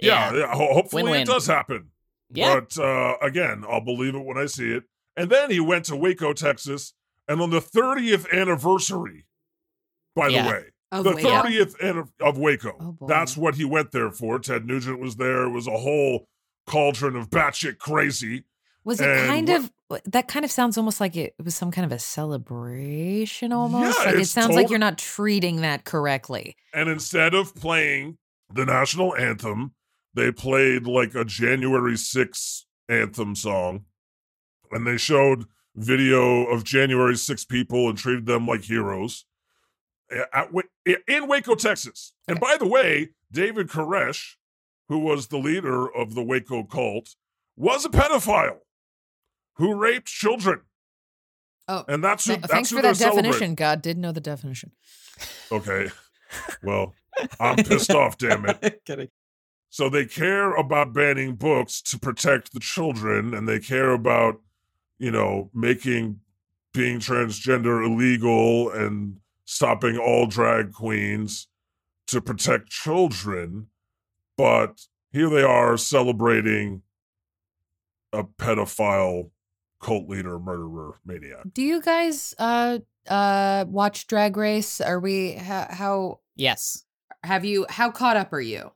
Speaker 3: yeah, yeah, ho- hopefully
Speaker 4: Win-win.
Speaker 3: it does happen.
Speaker 4: Yeah.
Speaker 3: But uh, again, I'll believe it when I see it. And then he went to Waco, Texas, and on the 30th anniversary, by
Speaker 4: Yeah.
Speaker 3: the way,
Speaker 2: Oh,
Speaker 3: the
Speaker 2: wait.
Speaker 3: 30th anni- of Waco.
Speaker 2: Oh, boy.
Speaker 3: That's what he went there for. Ted Nugent was there. It was a whole cauldron of batshit crazy.
Speaker 2: Was it
Speaker 3: And
Speaker 2: kind
Speaker 3: what-
Speaker 2: of that kind of sounds almost like it, it was some kind of a celebration almost?
Speaker 3: Yeah,
Speaker 2: like it
Speaker 3: it's
Speaker 2: sounds like
Speaker 3: tot-
Speaker 2: you're not treating that correctly.
Speaker 3: And instead of playing the national anthem, they played like a January 6th anthem song. And they showed video of January 6 people and treated them like heroes at, Wa- in Waco, Texas. And by the way, David Koresh, who was the leader of the Waco cult, was a pedophile who raped children.
Speaker 2: Oh,
Speaker 3: And that's who,
Speaker 2: Th-
Speaker 3: that's
Speaker 2: thanks
Speaker 3: who
Speaker 2: for
Speaker 3: they're
Speaker 2: that
Speaker 3: celebrating.
Speaker 2: definition. God did know the definition.
Speaker 3: Okay. Well, I'm pissed off, damn it.
Speaker 1: Kidding.
Speaker 3: So they care about banning books to protect the children, and they care about, you know, making being transgender illegal and stopping all drag queens to protect children. But here they are celebrating a pedophile cult leader, murderer, maniac.
Speaker 2: Do you guys uh uh watch Drag Race? Are we how, how
Speaker 4: yes.
Speaker 2: have you how caught up are you?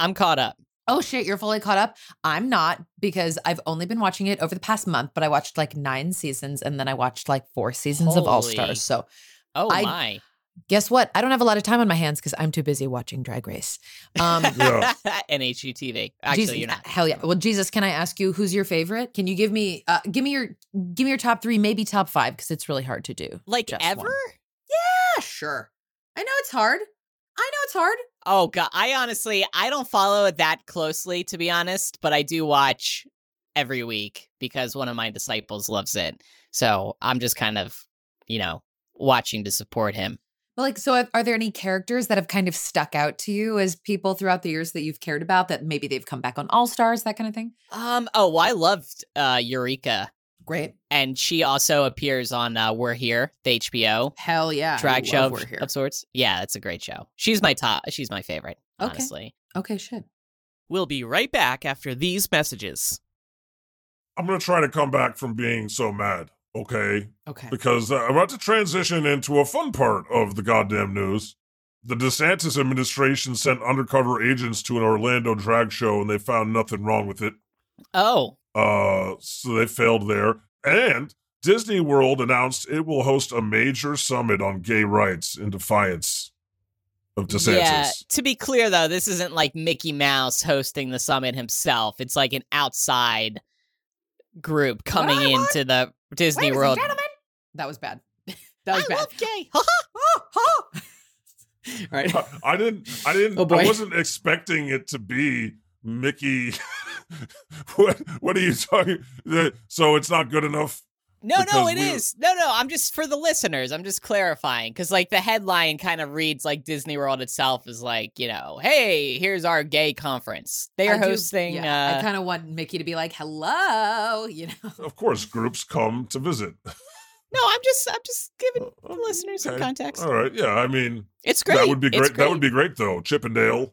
Speaker 4: I'm caught up.
Speaker 2: Oh shit, you're fully caught up. I'm not because I've only been watching it over the past month, but I watched like 9 seasons and then I watched like 4 seasons of All
Speaker 4: Holy.
Speaker 2: Stars. So,
Speaker 4: Oh
Speaker 2: I-
Speaker 4: my.
Speaker 2: guess what? I don't have a lot of time on my hands cuz I'm too busy watching Drag Race. Um
Speaker 3: Yeah.
Speaker 4: and HGTV. Actually,
Speaker 2: Jesus- uh,
Speaker 4: you're not.
Speaker 2: Hell yeah. Well, Jesus, can I ask you who's your favorite? Can you give me uh give me your give me your top 3, maybe top 5 cuz it's really hard to do.
Speaker 4: Like
Speaker 2: Just
Speaker 4: ever?
Speaker 2: one. Yeah, Ah, sure. I know it's hard. I know it's hard.
Speaker 4: Oh god, I honestly I don't follow it that closely to be honest, but I do watch every week because one of my disciples loves it. So, I'm just kind of, you know, watching to support him.
Speaker 2: But like, so are- are there any characters that have kind of stuck out to you as people throughout the years that you've cared about that maybe they've come back on All Stars, that kind of thing?
Speaker 4: Um oh, well, I loved uh Eureka
Speaker 2: Great.
Speaker 4: and she also appears on uh We're Here, the HBO
Speaker 2: Hell yeah. I
Speaker 4: drag
Speaker 2: love
Speaker 4: show of,
Speaker 2: We're here.
Speaker 4: of sorts. Yeah, it's a great show. She's my top she's my favorite,
Speaker 2: Okay.
Speaker 4: honestly.
Speaker 2: Okay, shit.
Speaker 1: We'll be right back after these messages.
Speaker 3: I'm going to try to come back from being so mad, okay?
Speaker 2: Okay.
Speaker 3: because uh, I'm about to transition into a fun part of the goddamn news. The DeSantis administration sent undercover agents to an Orlando drag show and they found nothing wrong with it.
Speaker 4: Oh,
Speaker 3: Uh, so they failed there. And Disney World announced it will host a major summit on gay rights in defiance of DeSantis.
Speaker 4: yeah. To be clear, though, this isn't like Mickey Mouse hosting the summit himself. It's like an outside group coming
Speaker 2: I want-
Speaker 4: into the Disney
Speaker 2: Ladies and
Speaker 4: World.
Speaker 2: gentlemen, that was bad. That
Speaker 6: I
Speaker 2: was bad.
Speaker 6: love gay.
Speaker 2: All right.
Speaker 3: I- I didn't. I didn't.
Speaker 2: Oh, boy.
Speaker 3: I wasn't expecting it to be Mickey. what? What are you talking? the- So it's not good enough.
Speaker 4: No, no,
Speaker 3: because
Speaker 4: it is.
Speaker 3: we-
Speaker 4: No, no, I'm just for the listeners. I'm just clarifying because, like, the headline kind of reads like Disney World itself is like, you know, hey, here's our gay conference. They are
Speaker 2: I do-
Speaker 4: hosting.
Speaker 2: yeah,
Speaker 4: uh,
Speaker 2: I kind of want Mickey to be like, "Hello," you know.
Speaker 3: Of course, groups come to visit.
Speaker 4: no, I'm just, I'm just giving the listeners some
Speaker 3: Okay.
Speaker 4: context.
Speaker 3: All right. Yeah. I mean,
Speaker 4: It's great.
Speaker 3: that would be
Speaker 4: It's
Speaker 3: great. That would be great though. Chippendale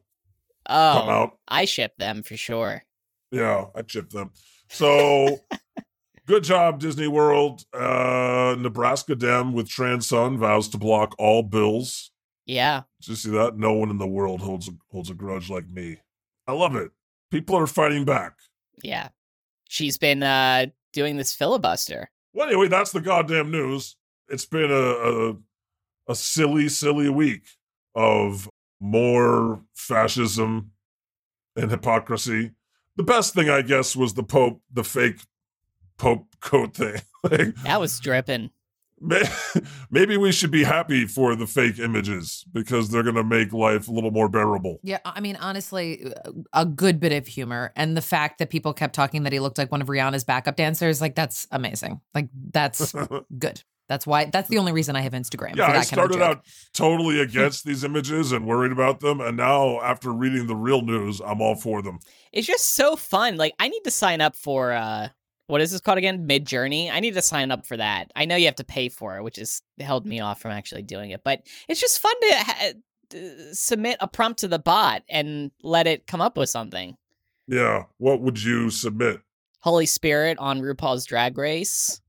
Speaker 4: Oh,
Speaker 3: come out.
Speaker 4: I ship them for sure.
Speaker 3: Yeah, I chipped them. So good job, Disney World. Uh Nebraska Dem with trans son vows to block all bills.
Speaker 4: Yeah.
Speaker 3: Did you see that? No one in the world holds a, holds a grudge like me. I love it. People are fighting back.
Speaker 4: Yeah. She's been uh doing this filibuster.
Speaker 3: Well, anyway, that's the goddamn news. It's been a a, a silly, silly week of more fascism and hypocrisy. The best thing, I guess, was the Pope, the fake Pope coat thing. like,
Speaker 4: That was dripping.
Speaker 3: may- maybe we should be happy for the fake images because they're going to make life a little more bearable.
Speaker 2: Yeah, I mean, honestly, uh, a good bit of humor, and the fact that people kept talking that he looked like one of Rihanna's backup dancers, like that's amazing. Like that's good. That's why. That's the only reason I have Instagram.
Speaker 3: Yeah,
Speaker 2: for that
Speaker 3: I
Speaker 2: kind of
Speaker 3: started
Speaker 2: joke.
Speaker 3: out totally against these images and worried about them. And now, after reading the real news, I'm all for them.
Speaker 4: It's just so fun. Like I need to sign up for uh what is this called again? Mid Journey. I need to sign up for that. I know you have to pay for it, which is held me off from actually doing it. But it's just fun to ha- uh, submit a prompt to the bot and let it come up with something.
Speaker 3: Yeah. What would you submit?
Speaker 4: Holy Spirit on RuPaul's Drag Race.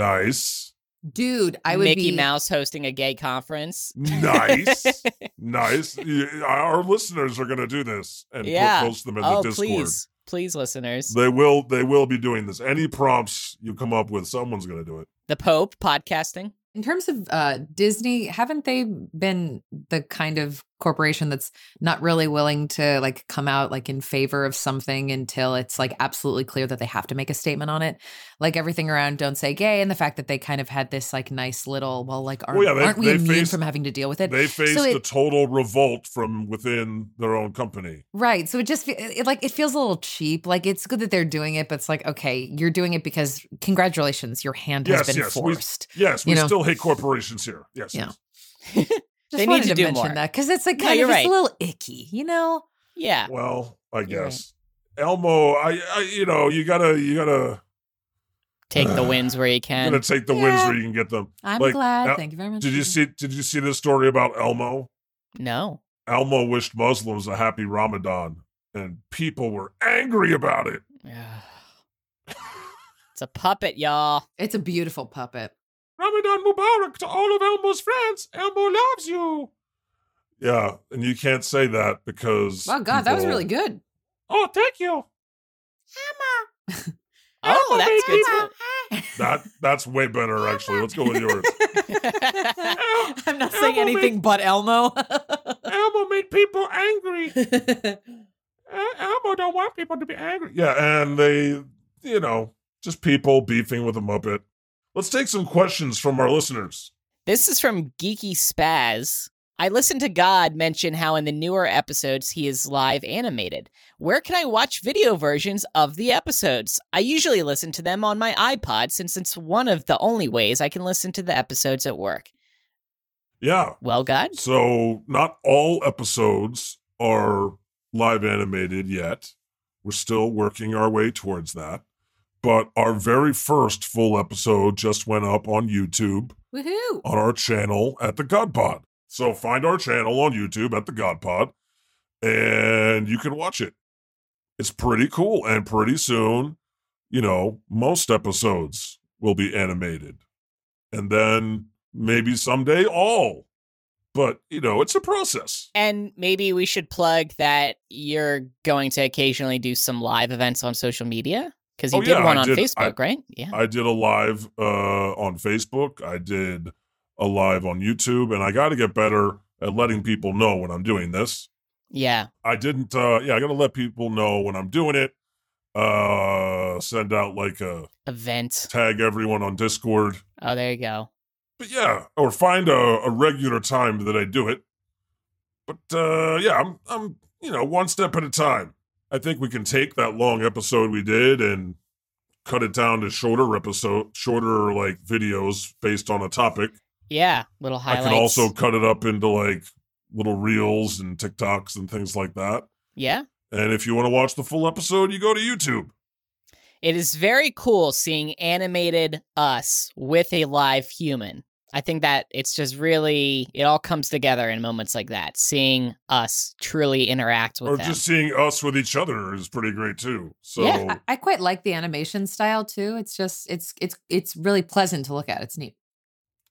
Speaker 3: Nice.
Speaker 2: dude. I would
Speaker 4: Mickey
Speaker 2: be.
Speaker 4: Mouse hosting a gay conference.
Speaker 3: Nice. nice. Y- Our listeners are going to do this and po-
Speaker 4: Yeah.
Speaker 3: post them in
Speaker 4: oh,
Speaker 3: the Discord.
Speaker 4: please, please, listeners.
Speaker 3: They will they will be doing this. Any prompts you come up with, someone's going to do it.
Speaker 4: The Pope podcasting.
Speaker 2: In terms of uh, Disney, haven't they been the kind of corporation that's not really willing to like come out like in favor of something until it's like absolutely clear that they have to make a statement on it? Like everything around "Don't Say Gay" and the fact that they kind of had this like nice little well, like aren't,
Speaker 3: Well, Oh, yeah, they-
Speaker 2: aren't we
Speaker 3: they
Speaker 2: immune
Speaker 3: faced-
Speaker 2: from having to deal with it?
Speaker 3: They faced
Speaker 2: it-
Speaker 3: a total revolt from within their own company.
Speaker 2: Right. So it just fe- it, like it feels a little cheap. Like it's good that they're doing it, but it's like okay, you're doing it because congratulations, your hand
Speaker 3: Yes,
Speaker 2: has been
Speaker 3: yes, we-
Speaker 2: forced.
Speaker 3: Yes, we
Speaker 2: You know-
Speaker 3: still hate corporations here. Yes.
Speaker 2: Yeah.
Speaker 3: yes.
Speaker 2: Just
Speaker 4: They need
Speaker 2: wanted
Speaker 4: to
Speaker 2: to
Speaker 4: do
Speaker 2: mention
Speaker 4: more.
Speaker 2: that because it's like
Speaker 4: No,
Speaker 2: kind
Speaker 4: you're
Speaker 2: of just
Speaker 4: right.
Speaker 2: a little icky, you know.
Speaker 4: Yeah.
Speaker 3: Well, I
Speaker 2: You're right.
Speaker 3: guess Elmo, I, I you know, you got to you got to
Speaker 4: Take the wins where you can.
Speaker 3: going to take the wins
Speaker 2: Yeah.
Speaker 3: where you can get them.
Speaker 2: I'm
Speaker 3: Like,
Speaker 2: glad.
Speaker 3: uh,
Speaker 2: Thank you very much.
Speaker 3: Did you
Speaker 2: Susan.
Speaker 3: see did you see this story about Elmo?
Speaker 4: No.
Speaker 3: Elmo wished Muslims a happy Ramadan, and people were angry about it.
Speaker 4: it's a puppet, y'all.
Speaker 2: It's a beautiful puppet.
Speaker 5: Ramadan Mubarak to all of Elmo's friends. Elmo loves you.
Speaker 3: Yeah, and you can't say that because.
Speaker 2: Oh God, that was
Speaker 3: people-
Speaker 2: really good.
Speaker 5: Oh, thank you.
Speaker 4: Oh, that's good. stuff.
Speaker 3: That that's way better, actually. Let's go with yours.
Speaker 2: I'm not
Speaker 5: saying anything
Speaker 2: but Elmo.
Speaker 5: Elmo made people angry. Uh, Elmo don't want people to be angry.
Speaker 3: Yeah, and they, you know, just people beefing with a muppet. Let's take some questions from our listeners.
Speaker 4: This is from Geeky Spaz. I listened to God mention how in the newer episodes he is live animated. Where can I watch video versions of the episodes? I usually listen to them on my iPod since it's one of the only ways I can listen to the episodes at work.
Speaker 3: Yeah,
Speaker 4: Well, God?
Speaker 3: so not all episodes are live animated yet. We're still working our way towards that. But our very first full episode just went up on YouTube.
Speaker 2: Woohoo!
Speaker 3: on our channel at the God Pod. So find our channel on YouTube at the God Pod and you can watch it. It's pretty cool. And pretty soon, you know, most episodes will be animated. And then maybe someday all But, you know, it's a process.
Speaker 4: And maybe we should plug that you're going to occasionally do some live events on social media because you
Speaker 3: Oh,
Speaker 4: did
Speaker 3: yeah,
Speaker 4: one
Speaker 3: I
Speaker 4: on
Speaker 3: did. I-
Speaker 4: Facebook, right? Yeah.
Speaker 3: I did a live uh, on Facebook, I did a live on YouTube, and I got to get better at letting people know when I'm doing this.
Speaker 4: yeah.
Speaker 3: I didn't. Uh, yeah, I gotta let people know when I'm doing it. Uh, send out like a
Speaker 4: Event.
Speaker 3: tag everyone on Discord.
Speaker 4: Oh, there you go.
Speaker 3: But yeah, or find a, a regular time that I do it. But uh, yeah, I'm I'm you know one step at a time. I think we can take that long episode we did and cut it down to shorter episode, shorter like videos based on a topic.
Speaker 4: Yeah. Little highlights.
Speaker 3: I can also cut it up into like little reels and TikToks and things like that.
Speaker 4: Yeah.
Speaker 3: And if you want to watch the full episode, you go to YouTube.
Speaker 4: It is very cool seeing animated us with a live human. I think that it's just really, it all comes together in moments like that. Seeing us truly interact with
Speaker 3: or
Speaker 4: them.
Speaker 3: just seeing us with each other is pretty great too. So
Speaker 4: Yeah,
Speaker 2: I, I quite like the animation style too. It's just it's it's it's really pleasant to look at. It's neat.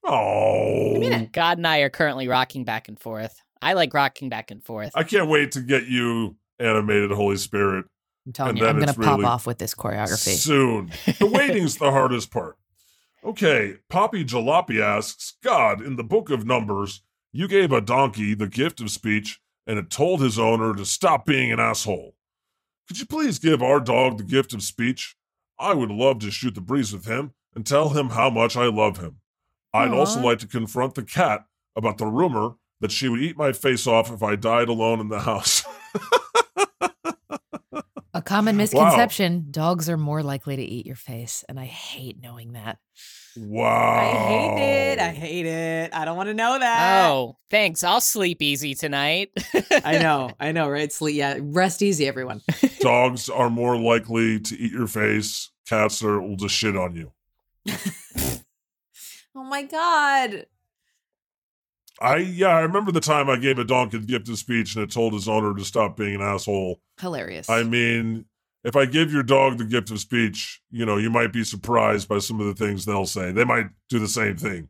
Speaker 3: oh,
Speaker 2: I mean
Speaker 3: I,
Speaker 2: it.
Speaker 4: God and I are currently rocking back and forth. I like rocking back and forth.
Speaker 3: can't wait to get you animated Holy Spirit
Speaker 2: I'm telling
Speaker 3: And
Speaker 2: you, I'm
Speaker 3: then
Speaker 2: gonna
Speaker 3: it's
Speaker 2: pop
Speaker 3: really
Speaker 2: off with this choreography.
Speaker 3: soon. The waiting's the hardest part. Okay, Poppy Jalopy asks God in the Book of Numbers, you gave a donkey the gift of speech, and it told his owner to stop being an asshole. Could you please give our dog the gift of speech? I would love to shoot the breeze with him and tell him how much I love him. I'd also
Speaker 2: Aw.
Speaker 3: like to confront the cat about the rumor that she would eat my face off if I died alone in the house.
Speaker 2: A common misconception: dogs are more likely to eat your face, and I hate knowing that.
Speaker 3: wow.
Speaker 7: I hate it. I hate it. I don't want to know
Speaker 2: Uh,
Speaker 7: that.
Speaker 4: Oh, thanks. I'll sleep easy tonight.
Speaker 7: I know. I know, right? Sleep. Yeah. Rest easy, everyone.
Speaker 3: dogs are more likely to eat your face. Cats are will just shit on you.
Speaker 2: Oh my god!
Speaker 3: I yeah, I remember the time I gave a donkey the gift of speech and it told his owner to stop being an asshole.
Speaker 2: Hilarious.
Speaker 3: I mean, if I give your dog the gift of speech, you know, you might be surprised by some of the things they'll say. They might do the same thing.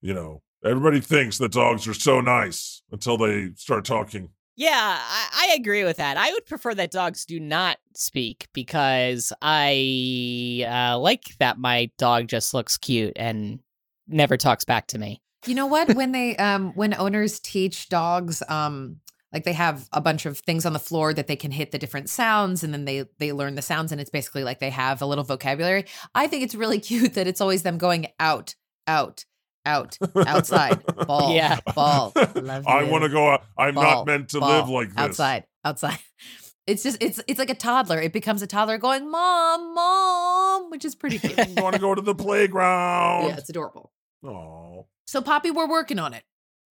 Speaker 3: You know, everybody thinks that dogs are so nice until they start talking.
Speaker 4: yeah, I, I agree with that. I would prefer that dogs do not speak because I uh, like that my dog just looks cute and never talks back to me.
Speaker 2: You know what? When they um when owners teach dogs um like they have a bunch of things on the floor that they can hit the different sounds and then they they learn the sounds and it's basically like they have a little vocabulary. I think it's really cute that it's always them going out, out, out, outside, ball,
Speaker 4: Yeah.
Speaker 2: ball. Love
Speaker 3: I
Speaker 2: you.
Speaker 3: want to go out. I'm
Speaker 2: Ball,
Speaker 3: not meant to
Speaker 2: ball,
Speaker 3: live like this.
Speaker 2: Outside, outside. It's just it's it's like a toddler. It becomes a toddler going, "Mom, mom," which is pretty cute.
Speaker 3: I want to go to the playground.
Speaker 2: yeah, it's adorable.
Speaker 3: Aw.
Speaker 2: So Poppy, we're working on it.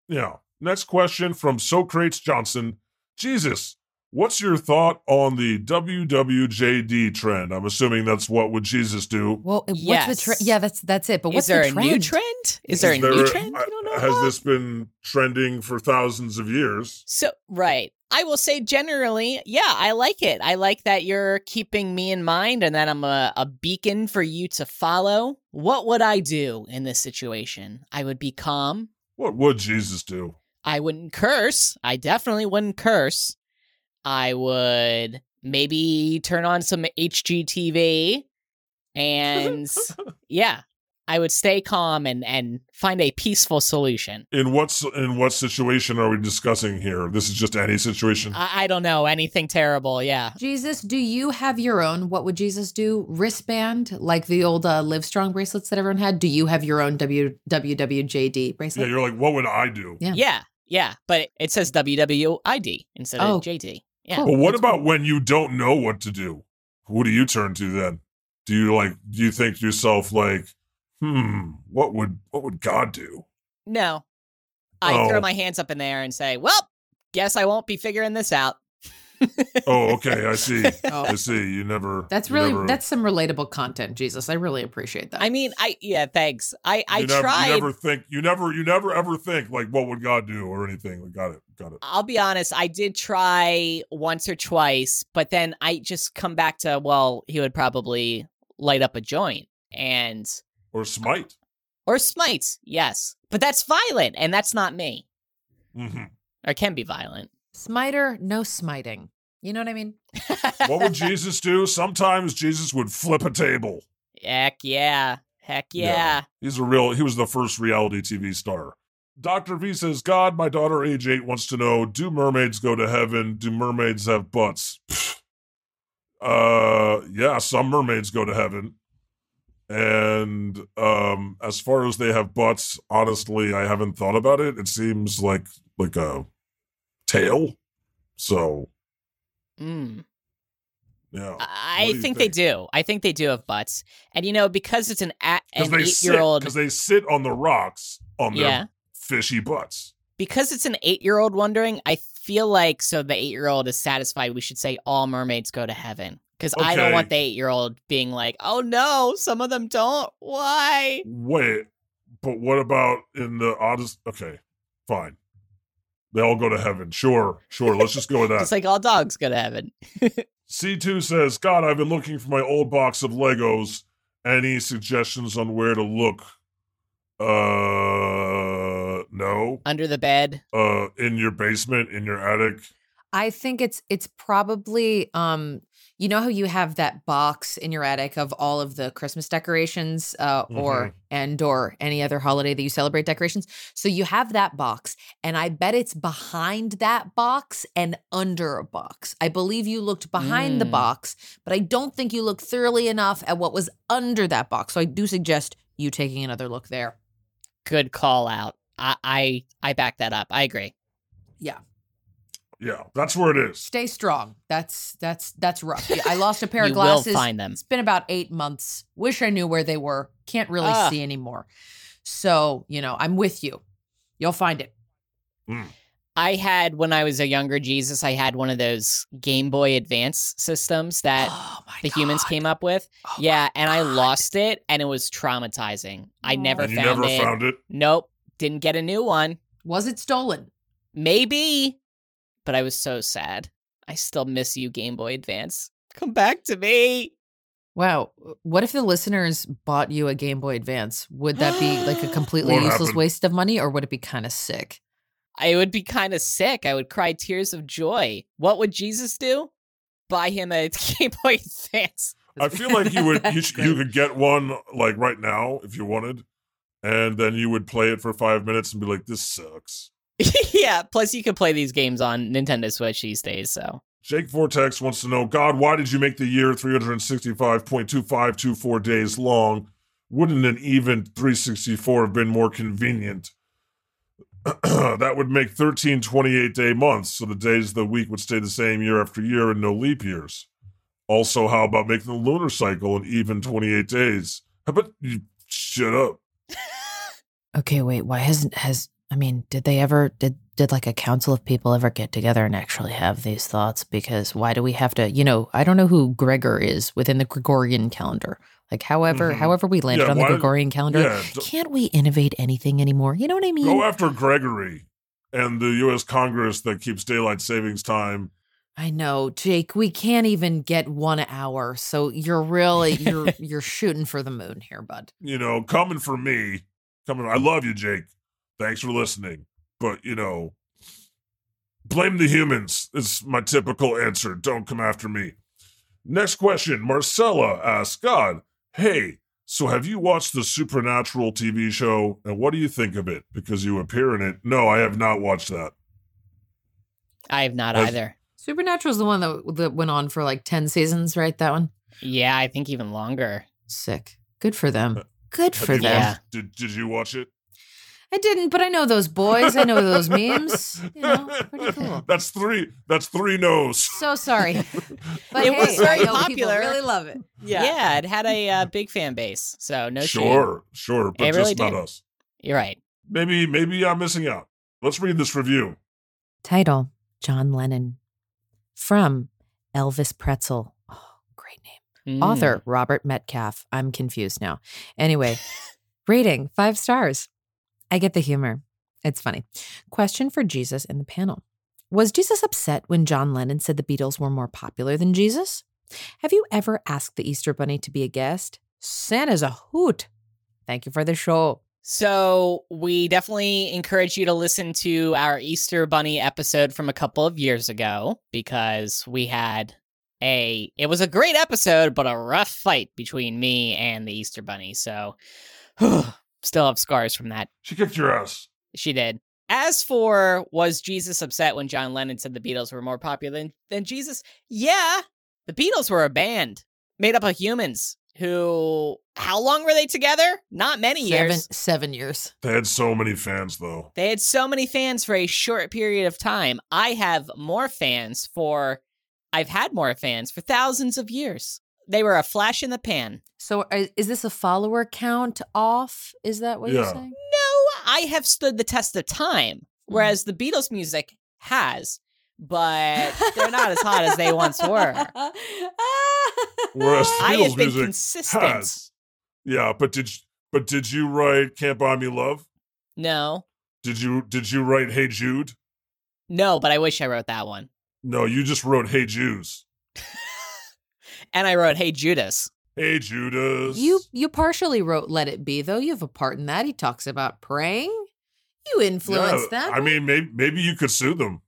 Speaker 3: Yeah. Next question from Socrates Johnson. Jesus, what's your thought on the WWJD trend? I'm assuming that's what would Jesus do.
Speaker 2: Well, what's the
Speaker 4: Yes.
Speaker 2: trend? Yeah, that's that's it. But
Speaker 4: Is
Speaker 2: what's
Speaker 4: there
Speaker 2: the
Speaker 4: a
Speaker 2: trend?
Speaker 4: new trend? Is there a
Speaker 3: Is
Speaker 4: new
Speaker 3: there-
Speaker 4: trend?
Speaker 3: I-
Speaker 4: you don't know
Speaker 3: Has
Speaker 4: about?
Speaker 3: this been trending for thousands of years?
Speaker 4: So, right. I will say generally, yeah, I like it. I like that you're keeping me in mind and that I'm a, a beacon for you to follow. What would I do in this situation? I would be calm.
Speaker 3: What would Jesus do?
Speaker 4: I wouldn't curse. I definitely wouldn't curse. I would maybe turn on some HGTV and yeah, I would stay calm and, and find a peaceful solution.
Speaker 3: In what's in what situation are we discussing here? This is just any situation.
Speaker 4: I, I don't know. Anything terrible. Yeah.
Speaker 2: Jesus, do you have your own? What would Jesus do? Wristband, like the old uh, Live Strong bracelets that everyone had. Do you have your own w- WWJD
Speaker 3: Yeah,
Speaker 2: bracelet?
Speaker 3: you're like, what would I do?
Speaker 2: Yeah.
Speaker 4: Yeah, yeah, but it says WWID instead
Speaker 2: Oh,
Speaker 4: of JD. Yeah.
Speaker 2: cool.
Speaker 3: But what
Speaker 2: That's
Speaker 3: about when you don't know what to do? Who do you turn to then? Do you like do you think to yourself like, hmm, what would what would God do?
Speaker 4: No, I
Speaker 3: Oh.
Speaker 4: throw my hands up in the air and say, "Well, guess I won't be figuring this out."
Speaker 3: Oh, okay. I see.
Speaker 2: Oh.
Speaker 3: I see. You never.
Speaker 2: That's
Speaker 3: you
Speaker 2: really
Speaker 3: never-
Speaker 2: that's some relatable content, Jesus. I really appreciate that.
Speaker 4: I mean, I yeah, thanks. I
Speaker 3: You
Speaker 4: I
Speaker 3: never,
Speaker 4: tried.
Speaker 3: You never think. You never. You never ever think like, what would God do or anything? Like, got it. Got it.
Speaker 4: I'll be honest, I did try once or twice, but then I just come back to, well, he would probably light up a joint and
Speaker 3: Or smite.
Speaker 4: Or smites, yes. But that's violent, and that's not me.
Speaker 3: hmm
Speaker 4: Or can be violent.
Speaker 2: Smiter, no smiting. You know what I mean?
Speaker 3: What would Jesus do? Sometimes Jesus would flip a table.
Speaker 4: Heck yeah. Heck
Speaker 3: Yeah.
Speaker 4: yeah.
Speaker 3: He's a real, he was the first reality TV star. Dr. V says, God, my daughter, age eight, wants to know do mermaids go to heaven? Do mermaids have butts? Pfft. uh, yeah, some mermaids go to heaven. And um, as far as they have butts, honestly, I haven't thought about it. It seems like like a tail. So
Speaker 4: Mm.
Speaker 3: yeah,
Speaker 4: I
Speaker 3: What
Speaker 4: I
Speaker 3: do you
Speaker 4: think, they
Speaker 3: think?
Speaker 4: do. I think they do have butts. And you know, because it's an, a-
Speaker 3: because
Speaker 4: an
Speaker 3: they
Speaker 4: eight
Speaker 3: sit
Speaker 4: year old.
Speaker 3: because they sit on the rocks on their
Speaker 4: Yeah.
Speaker 3: fishy butts.
Speaker 4: Because it's an eight year old wondering, I feel like so the eight year old is satisfied. We should say all mermaids go to heaven. Because I don't
Speaker 3: Okay.
Speaker 4: want the eight year old being like, oh no, some of them don't. Why?
Speaker 3: Wait, but what about in the oddest? Okay, fine. They all go to heaven. Sure, sure. Let's just go with that.
Speaker 4: It's like all dogs go to heaven.
Speaker 3: C2 says, God, I've been looking for my old box of Legos. Any suggestions on where to look? Uh, no.
Speaker 4: Under the bed.
Speaker 3: Uh, in your basement, in your attic.
Speaker 2: I think it's it's probably um you know how you have that box in your attic of all of the Christmas decorations uh
Speaker 4: Mm-hmm.
Speaker 3: Mhm.
Speaker 2: or and or any other holiday that you celebrate decorations. So you have that box and I bet it's behind that box and under a box. I believe you looked behind the
Speaker 4: Mm.
Speaker 2: box, but I don't think you looked thoroughly enough at what was under that box. So I do suggest you taking another look there.
Speaker 4: Good call out. I, I, I back that up. I agree.
Speaker 3: Yeah, that's where it is.
Speaker 2: Stay strong. That's that's that's rough. Yeah, I lost a pair
Speaker 4: you
Speaker 2: of glasses.
Speaker 4: will find them.
Speaker 2: It's been about eight months. Wish I knew where they were. Can't really
Speaker 4: Ah.
Speaker 2: see anymore. So, you know, I'm with you. You'll find it.
Speaker 4: I had when I was a younger Jesus, I had one of those Game Boy Advance systems that
Speaker 2: oh my
Speaker 4: the humans
Speaker 2: God.
Speaker 4: came up with.
Speaker 2: Oh my
Speaker 4: yeah, and I
Speaker 2: God.
Speaker 4: lost it and it was traumatizing. I
Speaker 6: Aw.
Speaker 4: never
Speaker 3: And you
Speaker 4: found
Speaker 3: never
Speaker 4: it.
Speaker 3: found it.
Speaker 4: nope, didn't get a new one.
Speaker 2: Was it stolen?
Speaker 4: Maybe, but I was so sad. I still miss you Game Boy Advance. Come back to me.
Speaker 2: Wow. What if the listeners bought you a Game Boy Advance? Would that be like a completely
Speaker 3: What
Speaker 2: useless
Speaker 3: happened?
Speaker 2: waste of money or would it be kind of sick?
Speaker 4: I would be kind of sick. I would cry tears of joy. What would Jesus do? Buy him a Game Boy Advance.
Speaker 3: I feel like you would you,
Speaker 2: That's
Speaker 3: sh- you
Speaker 2: great.
Speaker 3: could get one like right now if you wanted, and then you would play it for five minutes and be like, "This sucks."
Speaker 4: yeah, plus you can play these games on Nintendo Switch these days, so.
Speaker 3: Jake Vortex wants to know, God, why did you make the year 365.2524 days long? Wouldn't an even 364 have been more convenient? that would make 13 28 day months, so the days of the week would stay the same year after year and no leap years. Also, how about making the lunar cycle an even 28 days? How about you shut up?
Speaker 2: Okay, wait. Why hasn't has I mean, did they ever did did like a council of people ever get together and actually have these thoughts? Because why do we have to? You know, I don't know who Gregor is within the Gregorian calendar. Like, however,
Speaker 3: Mhm.
Speaker 2: however we landed
Speaker 3: Yeah,
Speaker 2: on the
Speaker 3: why-
Speaker 2: Gregorian calendar,
Speaker 3: Yeah, d-
Speaker 2: can't we innovate anything anymore? You know what I mean?
Speaker 3: go after Gregory and the U.S. Congress that keeps daylight savings time.
Speaker 2: I know, Jake. We can't even get one hour, so you're really you're you're shooting for the moon here, bud.
Speaker 3: you know, coming for me, coming. I love you, Jake. Thanks for listening. But you know, blame the humans is my typical answer. Don't come after me. Next question, Marcella asks God, "Hey, so have you watched the Supernatural TV show, and what do you think of it? Because you appear in it." No, I have not watched that.
Speaker 4: I have not
Speaker 3: Has-
Speaker 4: either.
Speaker 2: Supernatural's the one that that went on for like ten seasons, right? That one.
Speaker 4: Yeah, I think even longer.
Speaker 2: Sick. Good for
Speaker 3: Uh,
Speaker 2: them. Good for
Speaker 3: Have you
Speaker 2: them.
Speaker 4: Yeah.
Speaker 3: watched- Did Did you watch it?
Speaker 2: I didn't, but I know those boys. I know those memes. You know, pretty cool.
Speaker 3: That's three. That's three no's.
Speaker 2: So sorry, but
Speaker 4: It
Speaker 2: hey,
Speaker 4: was very
Speaker 2: I know
Speaker 4: popular.
Speaker 2: People really love it.
Speaker 4: Yeah,
Speaker 7: Yeah.
Speaker 4: it had a uh, big fan base. So no shame.
Speaker 3: sure, sure, but
Speaker 4: It
Speaker 3: just
Speaker 4: really
Speaker 3: not
Speaker 4: did.
Speaker 3: us.
Speaker 4: You're right.
Speaker 3: Maybe maybe I'm missing out. Let's read this review.
Speaker 2: Title: John Lennon, from Elvis Pretzel. Oh, great name.
Speaker 4: Mm.
Speaker 2: Author Robert Metcalf. I'm confused now. Anyway, rating five stars. I get the humor. It's funny. Question for Jesus in the panel Was Jesus upset when John Lennon said the Beatles were more popular than Jesus? Have you ever asked the Easter Bunny to be a guest? Santa's a hoot. Thank you for the show.
Speaker 4: So we definitely encourage you to listen to our Easter Bunny episode from a couple of years ago because we had a it was a great episode but a rough fight between me and the Easter Bunny. So still have scars from that.
Speaker 3: She kicked your ass.
Speaker 4: She did. As for was Jesus upset when John Lennon said the Beatles were more popular than, than Jesus? Yeah, the Beatles were a band made up of humans who how long were they together? Not many
Speaker 2: Seven,
Speaker 4: years.
Speaker 2: seven years.
Speaker 3: They had so many fans, though.
Speaker 4: They had so many fans for a short period of time. I have more fans for I've had more fans for thousands of years. They were a flash in the pan.
Speaker 2: So i- is this a follower count off? Is that what you're
Speaker 3: Yeah.
Speaker 2: saying?
Speaker 4: No, I have stood the test of time,
Speaker 3: Mm-hmm.
Speaker 4: whereas the Beatles music has, but Eh, they're not as hot as they once were.
Speaker 3: Whereas the
Speaker 4: I
Speaker 3: Beatles
Speaker 4: have been
Speaker 3: music
Speaker 4: consistent.
Speaker 3: has. Yeah, but did but did you write "Can't Buy Me Love"?
Speaker 4: No,
Speaker 3: Did you did you write "Hey Jude"?
Speaker 4: no, but I wish I wrote that one.
Speaker 3: No, you just wrote "Hey Jews."
Speaker 4: And I wrote, "Hey Judas."
Speaker 3: Hey Judas.
Speaker 2: You you partially wrote "Let It Be," though. You have a part in that. He talks about praying. You influenced
Speaker 3: Yeah,
Speaker 2: that.
Speaker 3: I mean, maybe maybe you could sue them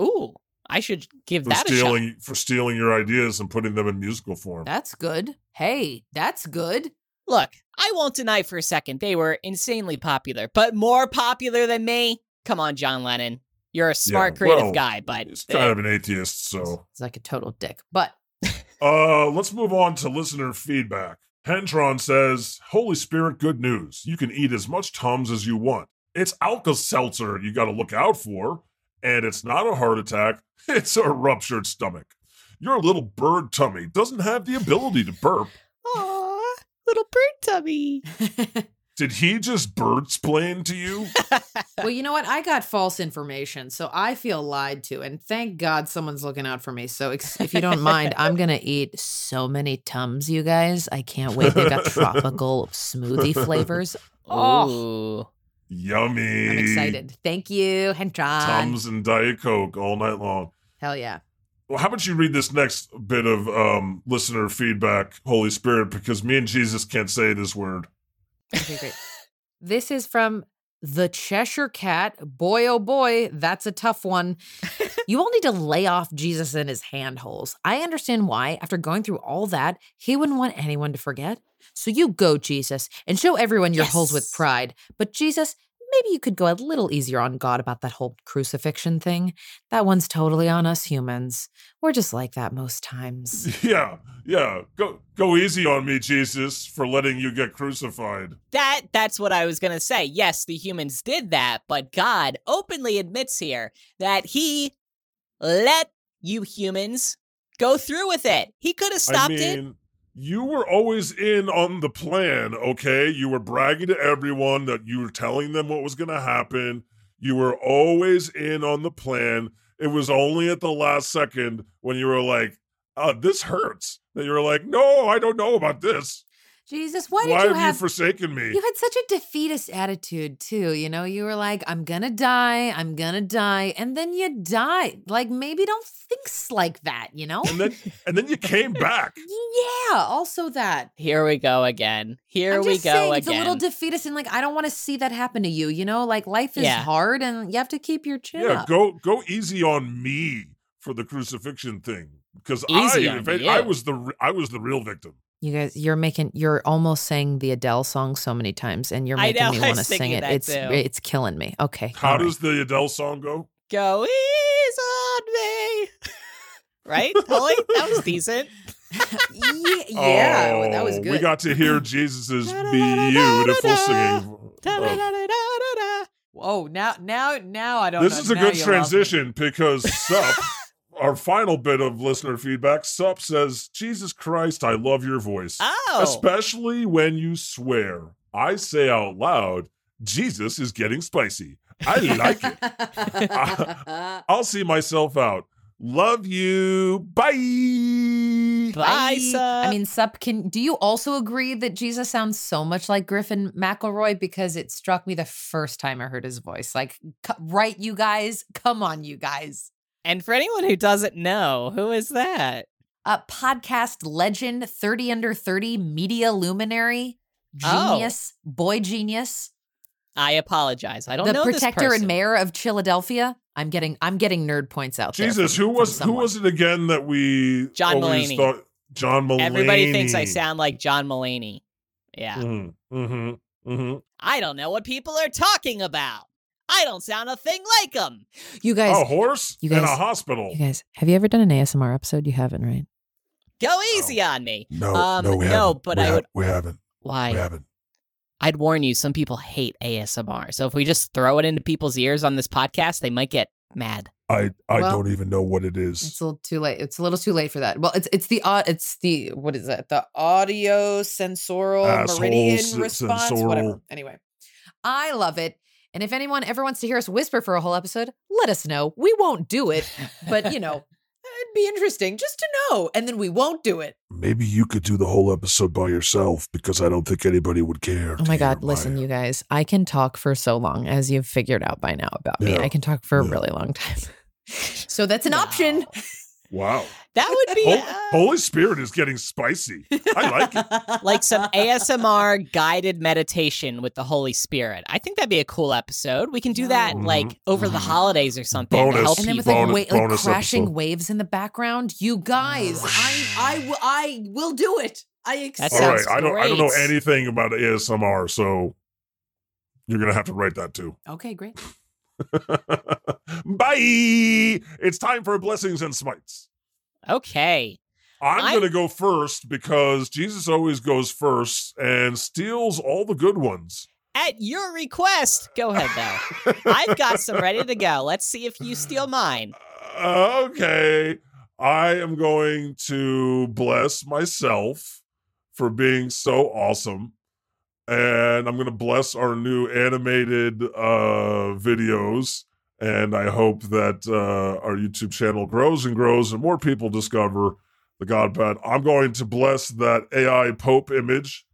Speaker 4: Ooh, I should give
Speaker 3: for
Speaker 4: that a shot.
Speaker 3: stealing for stealing your ideas and putting them in musical form.
Speaker 2: that's good. Hey, that's good.
Speaker 4: Look, I won't deny for a second they were insanely popular, but more popular than me. Come on, John Lennon. You're a smart,
Speaker 3: Yeah,
Speaker 4: creative
Speaker 3: well,
Speaker 4: guy, but
Speaker 3: He's kind of an atheist, so
Speaker 2: It's like a total dick. But
Speaker 3: uh, let's move on to listener feedback. Hentron says, "Holy Spirit, good news! You can eat as much Tums as you want. It's Alka Seltzer you got to look out for, and it's not a heart attack. It's a ruptured stomach. Your little bird tummy doesn't have the ability to burp.
Speaker 6: Aw, little bird tummy.
Speaker 3: Did he just bird splain to you?"
Speaker 2: well, you know what? I got false information, so I feel lied to. And thank God someone's looking out for me. So ex- if you don't mind, I'm gonna eat so many tums, you guys. I can't wait. They got tropical smoothie flavors.
Speaker 4: oh.
Speaker 3: Yummy.
Speaker 2: I'm excited. Thank you, Hendron.
Speaker 3: Tums and Diet Coke all night long.
Speaker 2: Hell yeah.
Speaker 3: Well, how about you read this next bit of um, listener feedback, Holy Spirit, because me and Jesus can't say this word.
Speaker 2: Okay, great. this is from the Cheshire Cat. Boy, oh boy, that's a tough one. you all need to lay off Jesus and his hand holes. I understand why, after going through all that, he wouldn't want anyone to forget. So you go, Jesus, and show everyone your holes with
Speaker 4: Yes.
Speaker 2: pride. But Jesus, maybe you could go a little easier on God about that whole crucifixion thing. That one's totally on us humans. We're just like that most times.
Speaker 3: Yeah, yeah. Go go easy on me, Jesus, for letting you get crucified.
Speaker 4: That that's what I was going to say. Yes, the humans did that, but God openly admits here that he let you humans go through with it. He could have stopped
Speaker 3: I
Speaker 4: it.
Speaker 3: mean, you were always in on the plan, okay? You were bragging to everyone that you were telling them what was going to happen. You were always in on the plan. It was only at the last second when you were like, uh, this hurts. That you were like, no, I don't know about this.
Speaker 2: Jesus, why did
Speaker 3: Why
Speaker 2: you
Speaker 3: have
Speaker 2: have
Speaker 3: you forsaken me?
Speaker 2: You had such a defeatist attitude too. You know, you were like, I'm gonna die, I'm gonna die. And then you died. Like, maybe don't think s- like that, you know?
Speaker 3: And then and then you came back.
Speaker 2: yeah, also that.
Speaker 4: Here we go again. Here
Speaker 2: I'm
Speaker 4: we go
Speaker 2: just saying
Speaker 4: again.
Speaker 2: it's a little defeatist and like I don't want to see that happen to you, you know? Like life is
Speaker 4: Yeah.
Speaker 2: hard and you have to keep your chin
Speaker 3: Yeah,
Speaker 2: up.
Speaker 3: go go easy on me for the crucifixion thing because I,
Speaker 4: Easy on
Speaker 3: if I-
Speaker 4: you.
Speaker 3: I was the re- I was the real victim.
Speaker 2: You guys, you're making you're almost saying the Adele song so many times and you're
Speaker 4: I
Speaker 2: making
Speaker 4: know,
Speaker 2: me
Speaker 4: I
Speaker 2: want to
Speaker 4: was
Speaker 2: sing
Speaker 4: thinking
Speaker 2: it.
Speaker 4: that,
Speaker 2: It's
Speaker 4: too.
Speaker 2: it's killing me. Okay.
Speaker 3: How
Speaker 2: all right.
Speaker 3: does the Adele song go?
Speaker 4: go ease on me. right? Holly? That was decent.
Speaker 2: Ye- yeah, well, that was
Speaker 3: Oh,
Speaker 2: good.
Speaker 3: We got to hear Jesus' beautiful singing. Oh,
Speaker 7: Whoa! Now, now, now I don't.
Speaker 3: this
Speaker 7: know.
Speaker 3: is a
Speaker 7: Now
Speaker 3: good
Speaker 7: you lost me.
Speaker 3: transition because Sup, our final bit of listener feedback, Sup says, Jesus Christ, I love your voice,
Speaker 4: Oh.
Speaker 3: especially when you swear. I say out loud, Jesus is getting spicy. I like Uh, it. I'll see myself out. Love you. Bye.
Speaker 4: Bye,
Speaker 2: I
Speaker 4: Sup.
Speaker 2: mean, Sup, can do you also agree that Jesus sounds so much like Griffin McElroy? Because it struck me the first time I heard his voice. Like, c- right, you guys, come on, you guys.
Speaker 4: and for anyone who doesn't know, who is that?
Speaker 2: Uh, podcast legend, 30 under 30, media luminary,
Speaker 4: Oh.
Speaker 2: genius, boy genius.
Speaker 4: I apologize. I don't
Speaker 2: the
Speaker 4: know this
Speaker 2: protector and
Speaker 4: person.
Speaker 2: mayor of Philadelphia. I'm getting I'm getting nerd points out. there
Speaker 3: Jesus,
Speaker 2: from-
Speaker 3: who was
Speaker 2: from
Speaker 3: who was it again that we
Speaker 4: John
Speaker 3: always
Speaker 4: Mulaney.
Speaker 3: thought John Mulaney?
Speaker 4: Everybody thinks I sound like John Mulaney. Yeah.
Speaker 3: Mm-hmm. Mm-hmm. Mm-hmm.
Speaker 4: I don't know what people are talking about. I don't sound a thing like him.
Speaker 2: someone. You guys,
Speaker 4: Oh.
Speaker 3: A horse
Speaker 2: you
Speaker 3: and a
Speaker 2: guys-
Speaker 3: hospital.
Speaker 2: you guys, have you ever done an ASMR episode? You haven't, right?
Speaker 4: Go
Speaker 3: Oh.
Speaker 4: easy on me.
Speaker 3: No,
Speaker 4: Um,
Speaker 3: no, we
Speaker 4: no,
Speaker 3: haven't.
Speaker 4: but
Speaker 3: we
Speaker 4: I
Speaker 3: ha-
Speaker 4: would-
Speaker 3: we haven't. we
Speaker 4: Why?
Speaker 3: haven't.
Speaker 4: I'd warn you, some people hate ASMR. So if we just throw it into people's ears on this podcast, they might get mad.
Speaker 3: I I
Speaker 2: Well,
Speaker 3: don't even know what it
Speaker 2: It's
Speaker 3: is.
Speaker 2: a little too late. It's a little too late for that. Well, it's it's the au- it's the what is that? The audio sensorial
Speaker 3: Asshole
Speaker 2: meridian
Speaker 3: sen-
Speaker 2: response. Whatever.
Speaker 3: sensorial.
Speaker 2: Anyway, I love it. And if anyone ever wants to hear us whisper for a whole episode, let us know. We won't do it, but you know, it'd be interesting just to know. And then we won't do it.
Speaker 3: Maybe you could do the whole episode by yourself because I don't think anybody would care.
Speaker 2: Oh
Speaker 3: to
Speaker 2: my
Speaker 3: hear
Speaker 2: God. Listen, you guys, I can talk for so long, as you've figured out by now about me.
Speaker 3: Yeah.
Speaker 2: I can talk for a
Speaker 3: Yeah.
Speaker 2: really long time. so that's an
Speaker 4: No.
Speaker 2: option.
Speaker 3: Wow.
Speaker 4: That would be
Speaker 3: Hol-
Speaker 4: uh,
Speaker 3: Holy Spirit is getting spicy. I like it.
Speaker 4: like some ASMR guided meditation with the Holy Spirit. I think that'd be a cool episode. We can do that
Speaker 3: Mhm.
Speaker 4: like over the
Speaker 3: Mhm.
Speaker 4: holidays or something to
Speaker 3: Bonus.
Speaker 4: help
Speaker 2: and then with
Speaker 4: people.
Speaker 2: like,
Speaker 3: Bonus-
Speaker 2: wa- like
Speaker 3: bonus
Speaker 2: crashing
Speaker 3: episode.
Speaker 2: waves in the background. You guys, I I will I will do it. I
Speaker 4: That
Speaker 2: accept.
Speaker 3: All right.
Speaker 4: sounds
Speaker 3: I don't I don't know
Speaker 4: great.
Speaker 3: anything about ASMR, so you're gonna have to write that too.
Speaker 2: Okay, great.
Speaker 3: Bye. It's time for blessings and smites.
Speaker 4: Okay.
Speaker 3: I'm
Speaker 4: I-
Speaker 3: going to go first because Jesus always goes first and steals all the good ones.
Speaker 4: At your request, go ahead though. I've got some ready to go. Let's see if you steal mine.
Speaker 3: Uh, okay. I am going to bless myself for being so awesome. And I'm going to bless our new animated uh, videos. And I hope that uh, our YouTube channel grows and grows and more people discover the God Pad. I'm going to bless that AI Pope image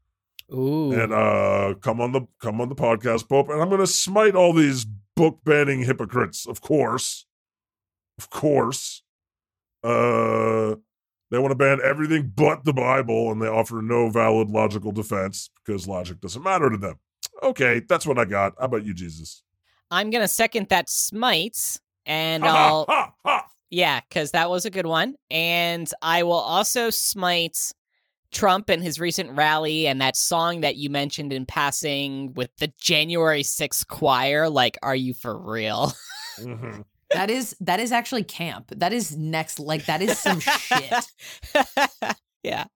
Speaker 4: Ooh.
Speaker 3: and uh come on the come on the podcast pope and i'm gonna smite all these book banning hypocrites of course of course uh they want to ban everything but the bible and they offer no valid logical defense because logic doesn't matter to them okay that's what i got how about you jesus
Speaker 4: I'm going to second that smites and
Speaker 3: Ha, ha,
Speaker 4: I'll
Speaker 3: ha, ha.
Speaker 4: yeah, cuz that was a good one. And I will also smite Trump and his recent rally and that song that you mentioned in passing with the January 6th choir like are you for real?
Speaker 3: Mhm.
Speaker 2: That is that is actually camp. That is next. Like that is
Speaker 7: Oh,
Speaker 2: some shit.
Speaker 4: yeah.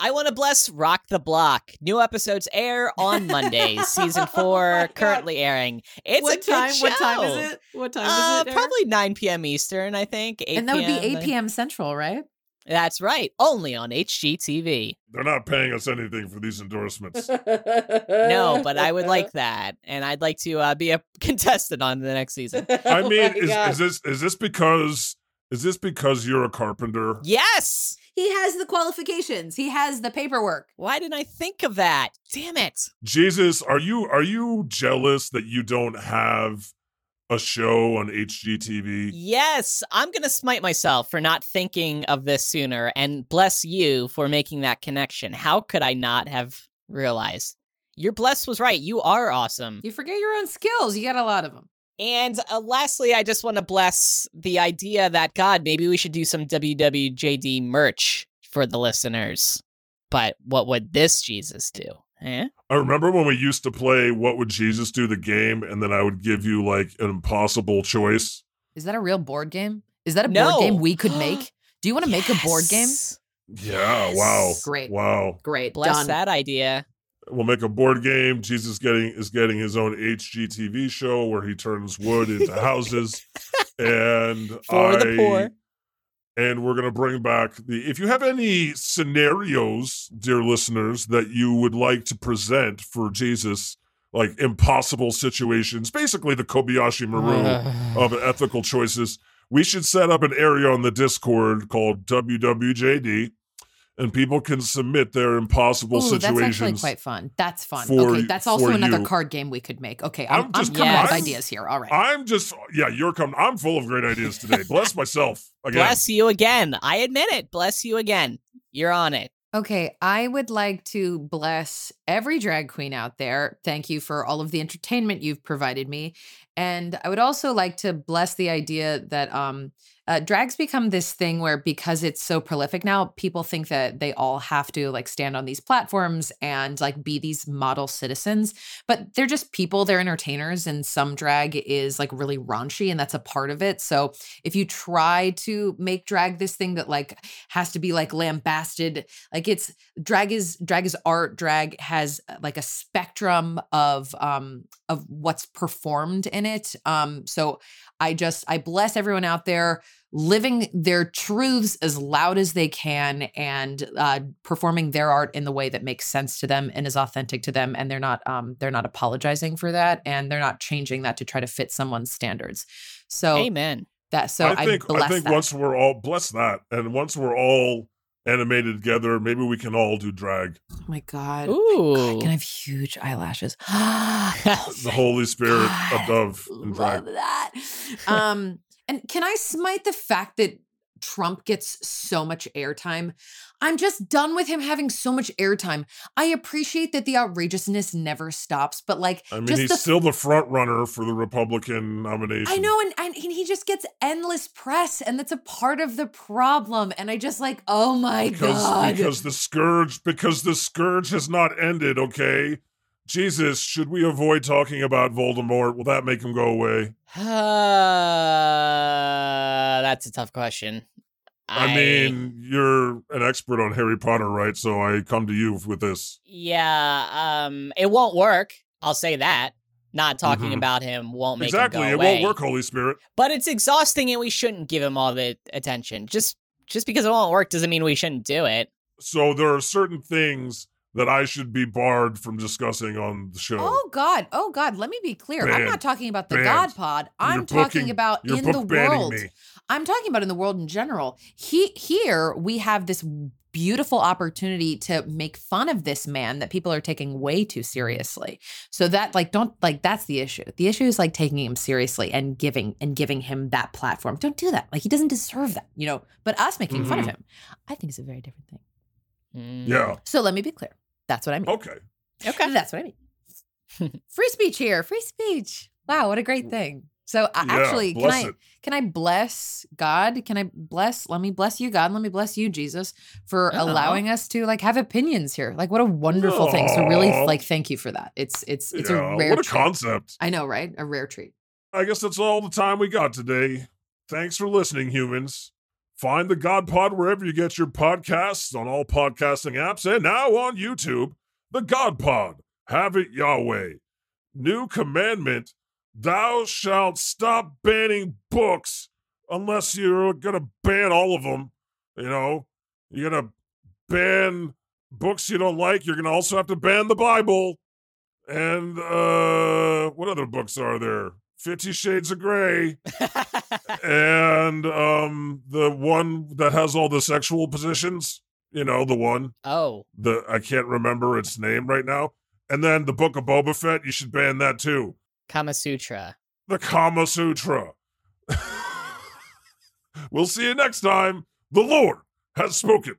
Speaker 4: I want to bless Rock the Block. New episodes air on Mondays. Season
Speaker 7: Oh my
Speaker 4: 4
Speaker 7: God.
Speaker 4: currently airing. It's a
Speaker 7: what
Speaker 4: good
Speaker 7: time? What time
Speaker 4: show.
Speaker 7: is it? What time
Speaker 4: Uh,
Speaker 7: is it? Eric?
Speaker 4: probably 9 p.m. Eastern, I think. 8
Speaker 2: And that would be 8
Speaker 4: I-
Speaker 2: p.m. Central, right?
Speaker 4: That's right. Only on HGTV.
Speaker 3: they're not paying us anything for these
Speaker 7: Oh
Speaker 3: endorsements
Speaker 4: No, but I would like that. And I'd like to uh, be a contestant on the next season.
Speaker 3: i
Speaker 7: Oh
Speaker 3: mean
Speaker 7: my
Speaker 3: is,
Speaker 7: God.
Speaker 3: is this is this because is this because you're a carpenter
Speaker 4: Yes.
Speaker 2: He has the qualifications. He has the paperwork.
Speaker 4: Why didn't I think of that? Damn it.
Speaker 3: Jesus, are you are you jealous that you don't have a show on HGTV?
Speaker 4: Yes. I'm going to smite myself for not thinking of this sooner and bless you for making that connection. How could I not have realized? Your bless was right. You are awesome.
Speaker 2: You forget your own skills. You got a lot of them.
Speaker 4: And uh, lastly, I just want to bless the idea that God, maybe we should do some WWJD merch for the listeners. But what would this Jesus do? Eh?
Speaker 3: I remember when we used to play What Would Jesus Do the game, and then I would give you like an impossible choice.
Speaker 2: Is that a real board game? Is that a
Speaker 4: No.
Speaker 2: board game we could make? Do you want to make a board game?
Speaker 4: Yes.
Speaker 3: Yeah, wow.
Speaker 4: Yes.
Speaker 2: Great.
Speaker 3: Wow.
Speaker 2: Great.
Speaker 4: Bless
Speaker 2: Done.
Speaker 4: that idea.
Speaker 3: We'll make a board game. Jesus getting is getting his own HGTV show where he turns wood into houses. And
Speaker 4: For the
Speaker 3: I-
Speaker 4: poor.
Speaker 3: and we're going to bring back the if you have any scenarios dear listeners that you would like to present for jesus like impossible situations basically the kobayashi maru of ethical choices we should set up an area on the discord called wwjd and people can submit their impossible
Speaker 2: Ooh, that's actually
Speaker 3: situations
Speaker 2: quite fun. That's fun.
Speaker 3: for
Speaker 2: okay,
Speaker 3: y-
Speaker 2: that's
Speaker 3: for
Speaker 2: also another
Speaker 3: you.
Speaker 2: card game we could make. Okay, I'm,
Speaker 3: I'm
Speaker 2: I'm
Speaker 3: just
Speaker 2: coming up with
Speaker 4: Yes.
Speaker 2: ideas here. All right.
Speaker 3: i'm just yeah you're coming i'm full of great ideas today bless myself again
Speaker 4: Bless you again. I admit it. Bless you again. You're on it.
Speaker 2: Okay, I would like to bless every drag queen out there. Thank you for all of the entertainment you've provided me. And I would also like to bless the idea that um uh, drags become this thing where because it's so prolific now, people think that they all have to like stand on these platforms and like be these model citizens, but they're just people, they're entertainers and some drag is like really raunchy and that's a part of it. So if you try to make drag this thing that like has to be like lambasted like it's drag is drag is art drag has uh, like a spectrum of um of what's performed in it um so i just i bless everyone out there living their truths as loud as they can and uh performing their art in the way that makes sense to them and is authentic to them and they're not um they're not apologizing for that and they're not changing that to try to fit someone's standards so
Speaker 4: Amen.
Speaker 2: that so i,
Speaker 3: I think
Speaker 2: bless
Speaker 3: think
Speaker 2: that.
Speaker 3: once we're all bless that, and once we're all animated together, maybe we can all do drag.
Speaker 2: oh my god
Speaker 4: Ooh.
Speaker 2: God, can I have huge eyelashes. Oh
Speaker 3: The Holy Spirit,
Speaker 2: God.
Speaker 3: a dove, and
Speaker 2: Love
Speaker 3: drag.
Speaker 2: that. Um, and can I smite the fact that Trump gets so much airtime? I'm just done with him having so much airtime. I appreciate that the outrageousness never stops, but like,
Speaker 3: I mean,
Speaker 2: just
Speaker 3: he's
Speaker 2: the
Speaker 3: still the front runner for the Republican nomination.
Speaker 2: I know, and, and he he just gets endless press, and that's a part of the problem. And I just like, oh my
Speaker 3: because
Speaker 2: god,
Speaker 3: because the scourge because the scourge has not ended. Okay, Jesus, should we avoid talking about Voldemort? Will that make him go away?
Speaker 4: Uh, that's a tough question.
Speaker 3: I mean, you're an expert on Harry Potter, right? So I come to you with this.
Speaker 4: yeah, um, it won't work. I'll say that. Not talking
Speaker 3: Mhm.
Speaker 4: about him won't make
Speaker 3: exactly,
Speaker 4: him
Speaker 3: it
Speaker 4: go away.
Speaker 3: won't work, Holy Spirit.
Speaker 4: But it's exhausting, and we shouldn't give him all the attention. Just just because it won't work doesn't mean we shouldn't do it.
Speaker 3: So there are certain things that I should be barred from discussing on the show.
Speaker 2: Oh God! Oh God! Let me be clear. I'm
Speaker 3: Banned.
Speaker 2: not talking about the
Speaker 3: Banned.
Speaker 2: God Pod. I'm
Speaker 3: You're
Speaker 2: talking
Speaker 3: booking-
Speaker 2: about
Speaker 3: You're
Speaker 2: in
Speaker 3: book
Speaker 2: the
Speaker 3: banning
Speaker 2: world.
Speaker 3: me.
Speaker 2: I'm talking about in the world in general. He here we have this beautiful opportunity to make fun of this man that people are taking way too seriously. So that like don't like that's the issue. The issue is like taking him seriously and giving and giving him that platform. Don't do that. Like he doesn't deserve that, you know. But us making fun of
Speaker 3: Mhm.
Speaker 2: him, I think is a very different thing.
Speaker 4: Mm.
Speaker 3: Yeah.
Speaker 2: So let me be clear. That's what I mean.
Speaker 3: Okay.
Speaker 4: Okay.
Speaker 2: That's what I mean. free speech here, free speech. Wow, what a great thing. So uh,
Speaker 3: Mm. Yeah,
Speaker 2: actually, can
Speaker 3: bless
Speaker 2: I
Speaker 3: it.
Speaker 2: can I bless God? Can I bless? Let me bless you, God. Let me bless you, Jesus, for
Speaker 3: Uh-huh.
Speaker 4: Aw.
Speaker 2: allowing us to like have opinions here. Like, what a wonderful thing. So really,
Speaker 3: Aw.
Speaker 2: like, thank you for that. It's it's it's
Speaker 3: yeah.
Speaker 2: a rare.
Speaker 3: what a
Speaker 2: treat.
Speaker 3: concept.
Speaker 2: I know, right? A rare treat.
Speaker 3: I guess that's all the time we got today. Thanks for listening, humans. Find the God Pod wherever you get your podcasts on all podcasting apps and now on YouTube. The God Pod. Have it Yahweh. New commandment Thou shalt stop banning books unless you're going to ban all of them. You know, you're going to ban books you don't like. You're going to also have to ban the Bible. And uh what other books are there? Fifty Shades of Grey and um the one that has all the sexual positions, you know, the one
Speaker 4: oh,
Speaker 3: the I can't remember its name right now. And then the book of Boba Fett, you should ban that too.
Speaker 4: Kama Sutra.
Speaker 3: The Kama Sutra. we'll see you next time. The Lord has spoken.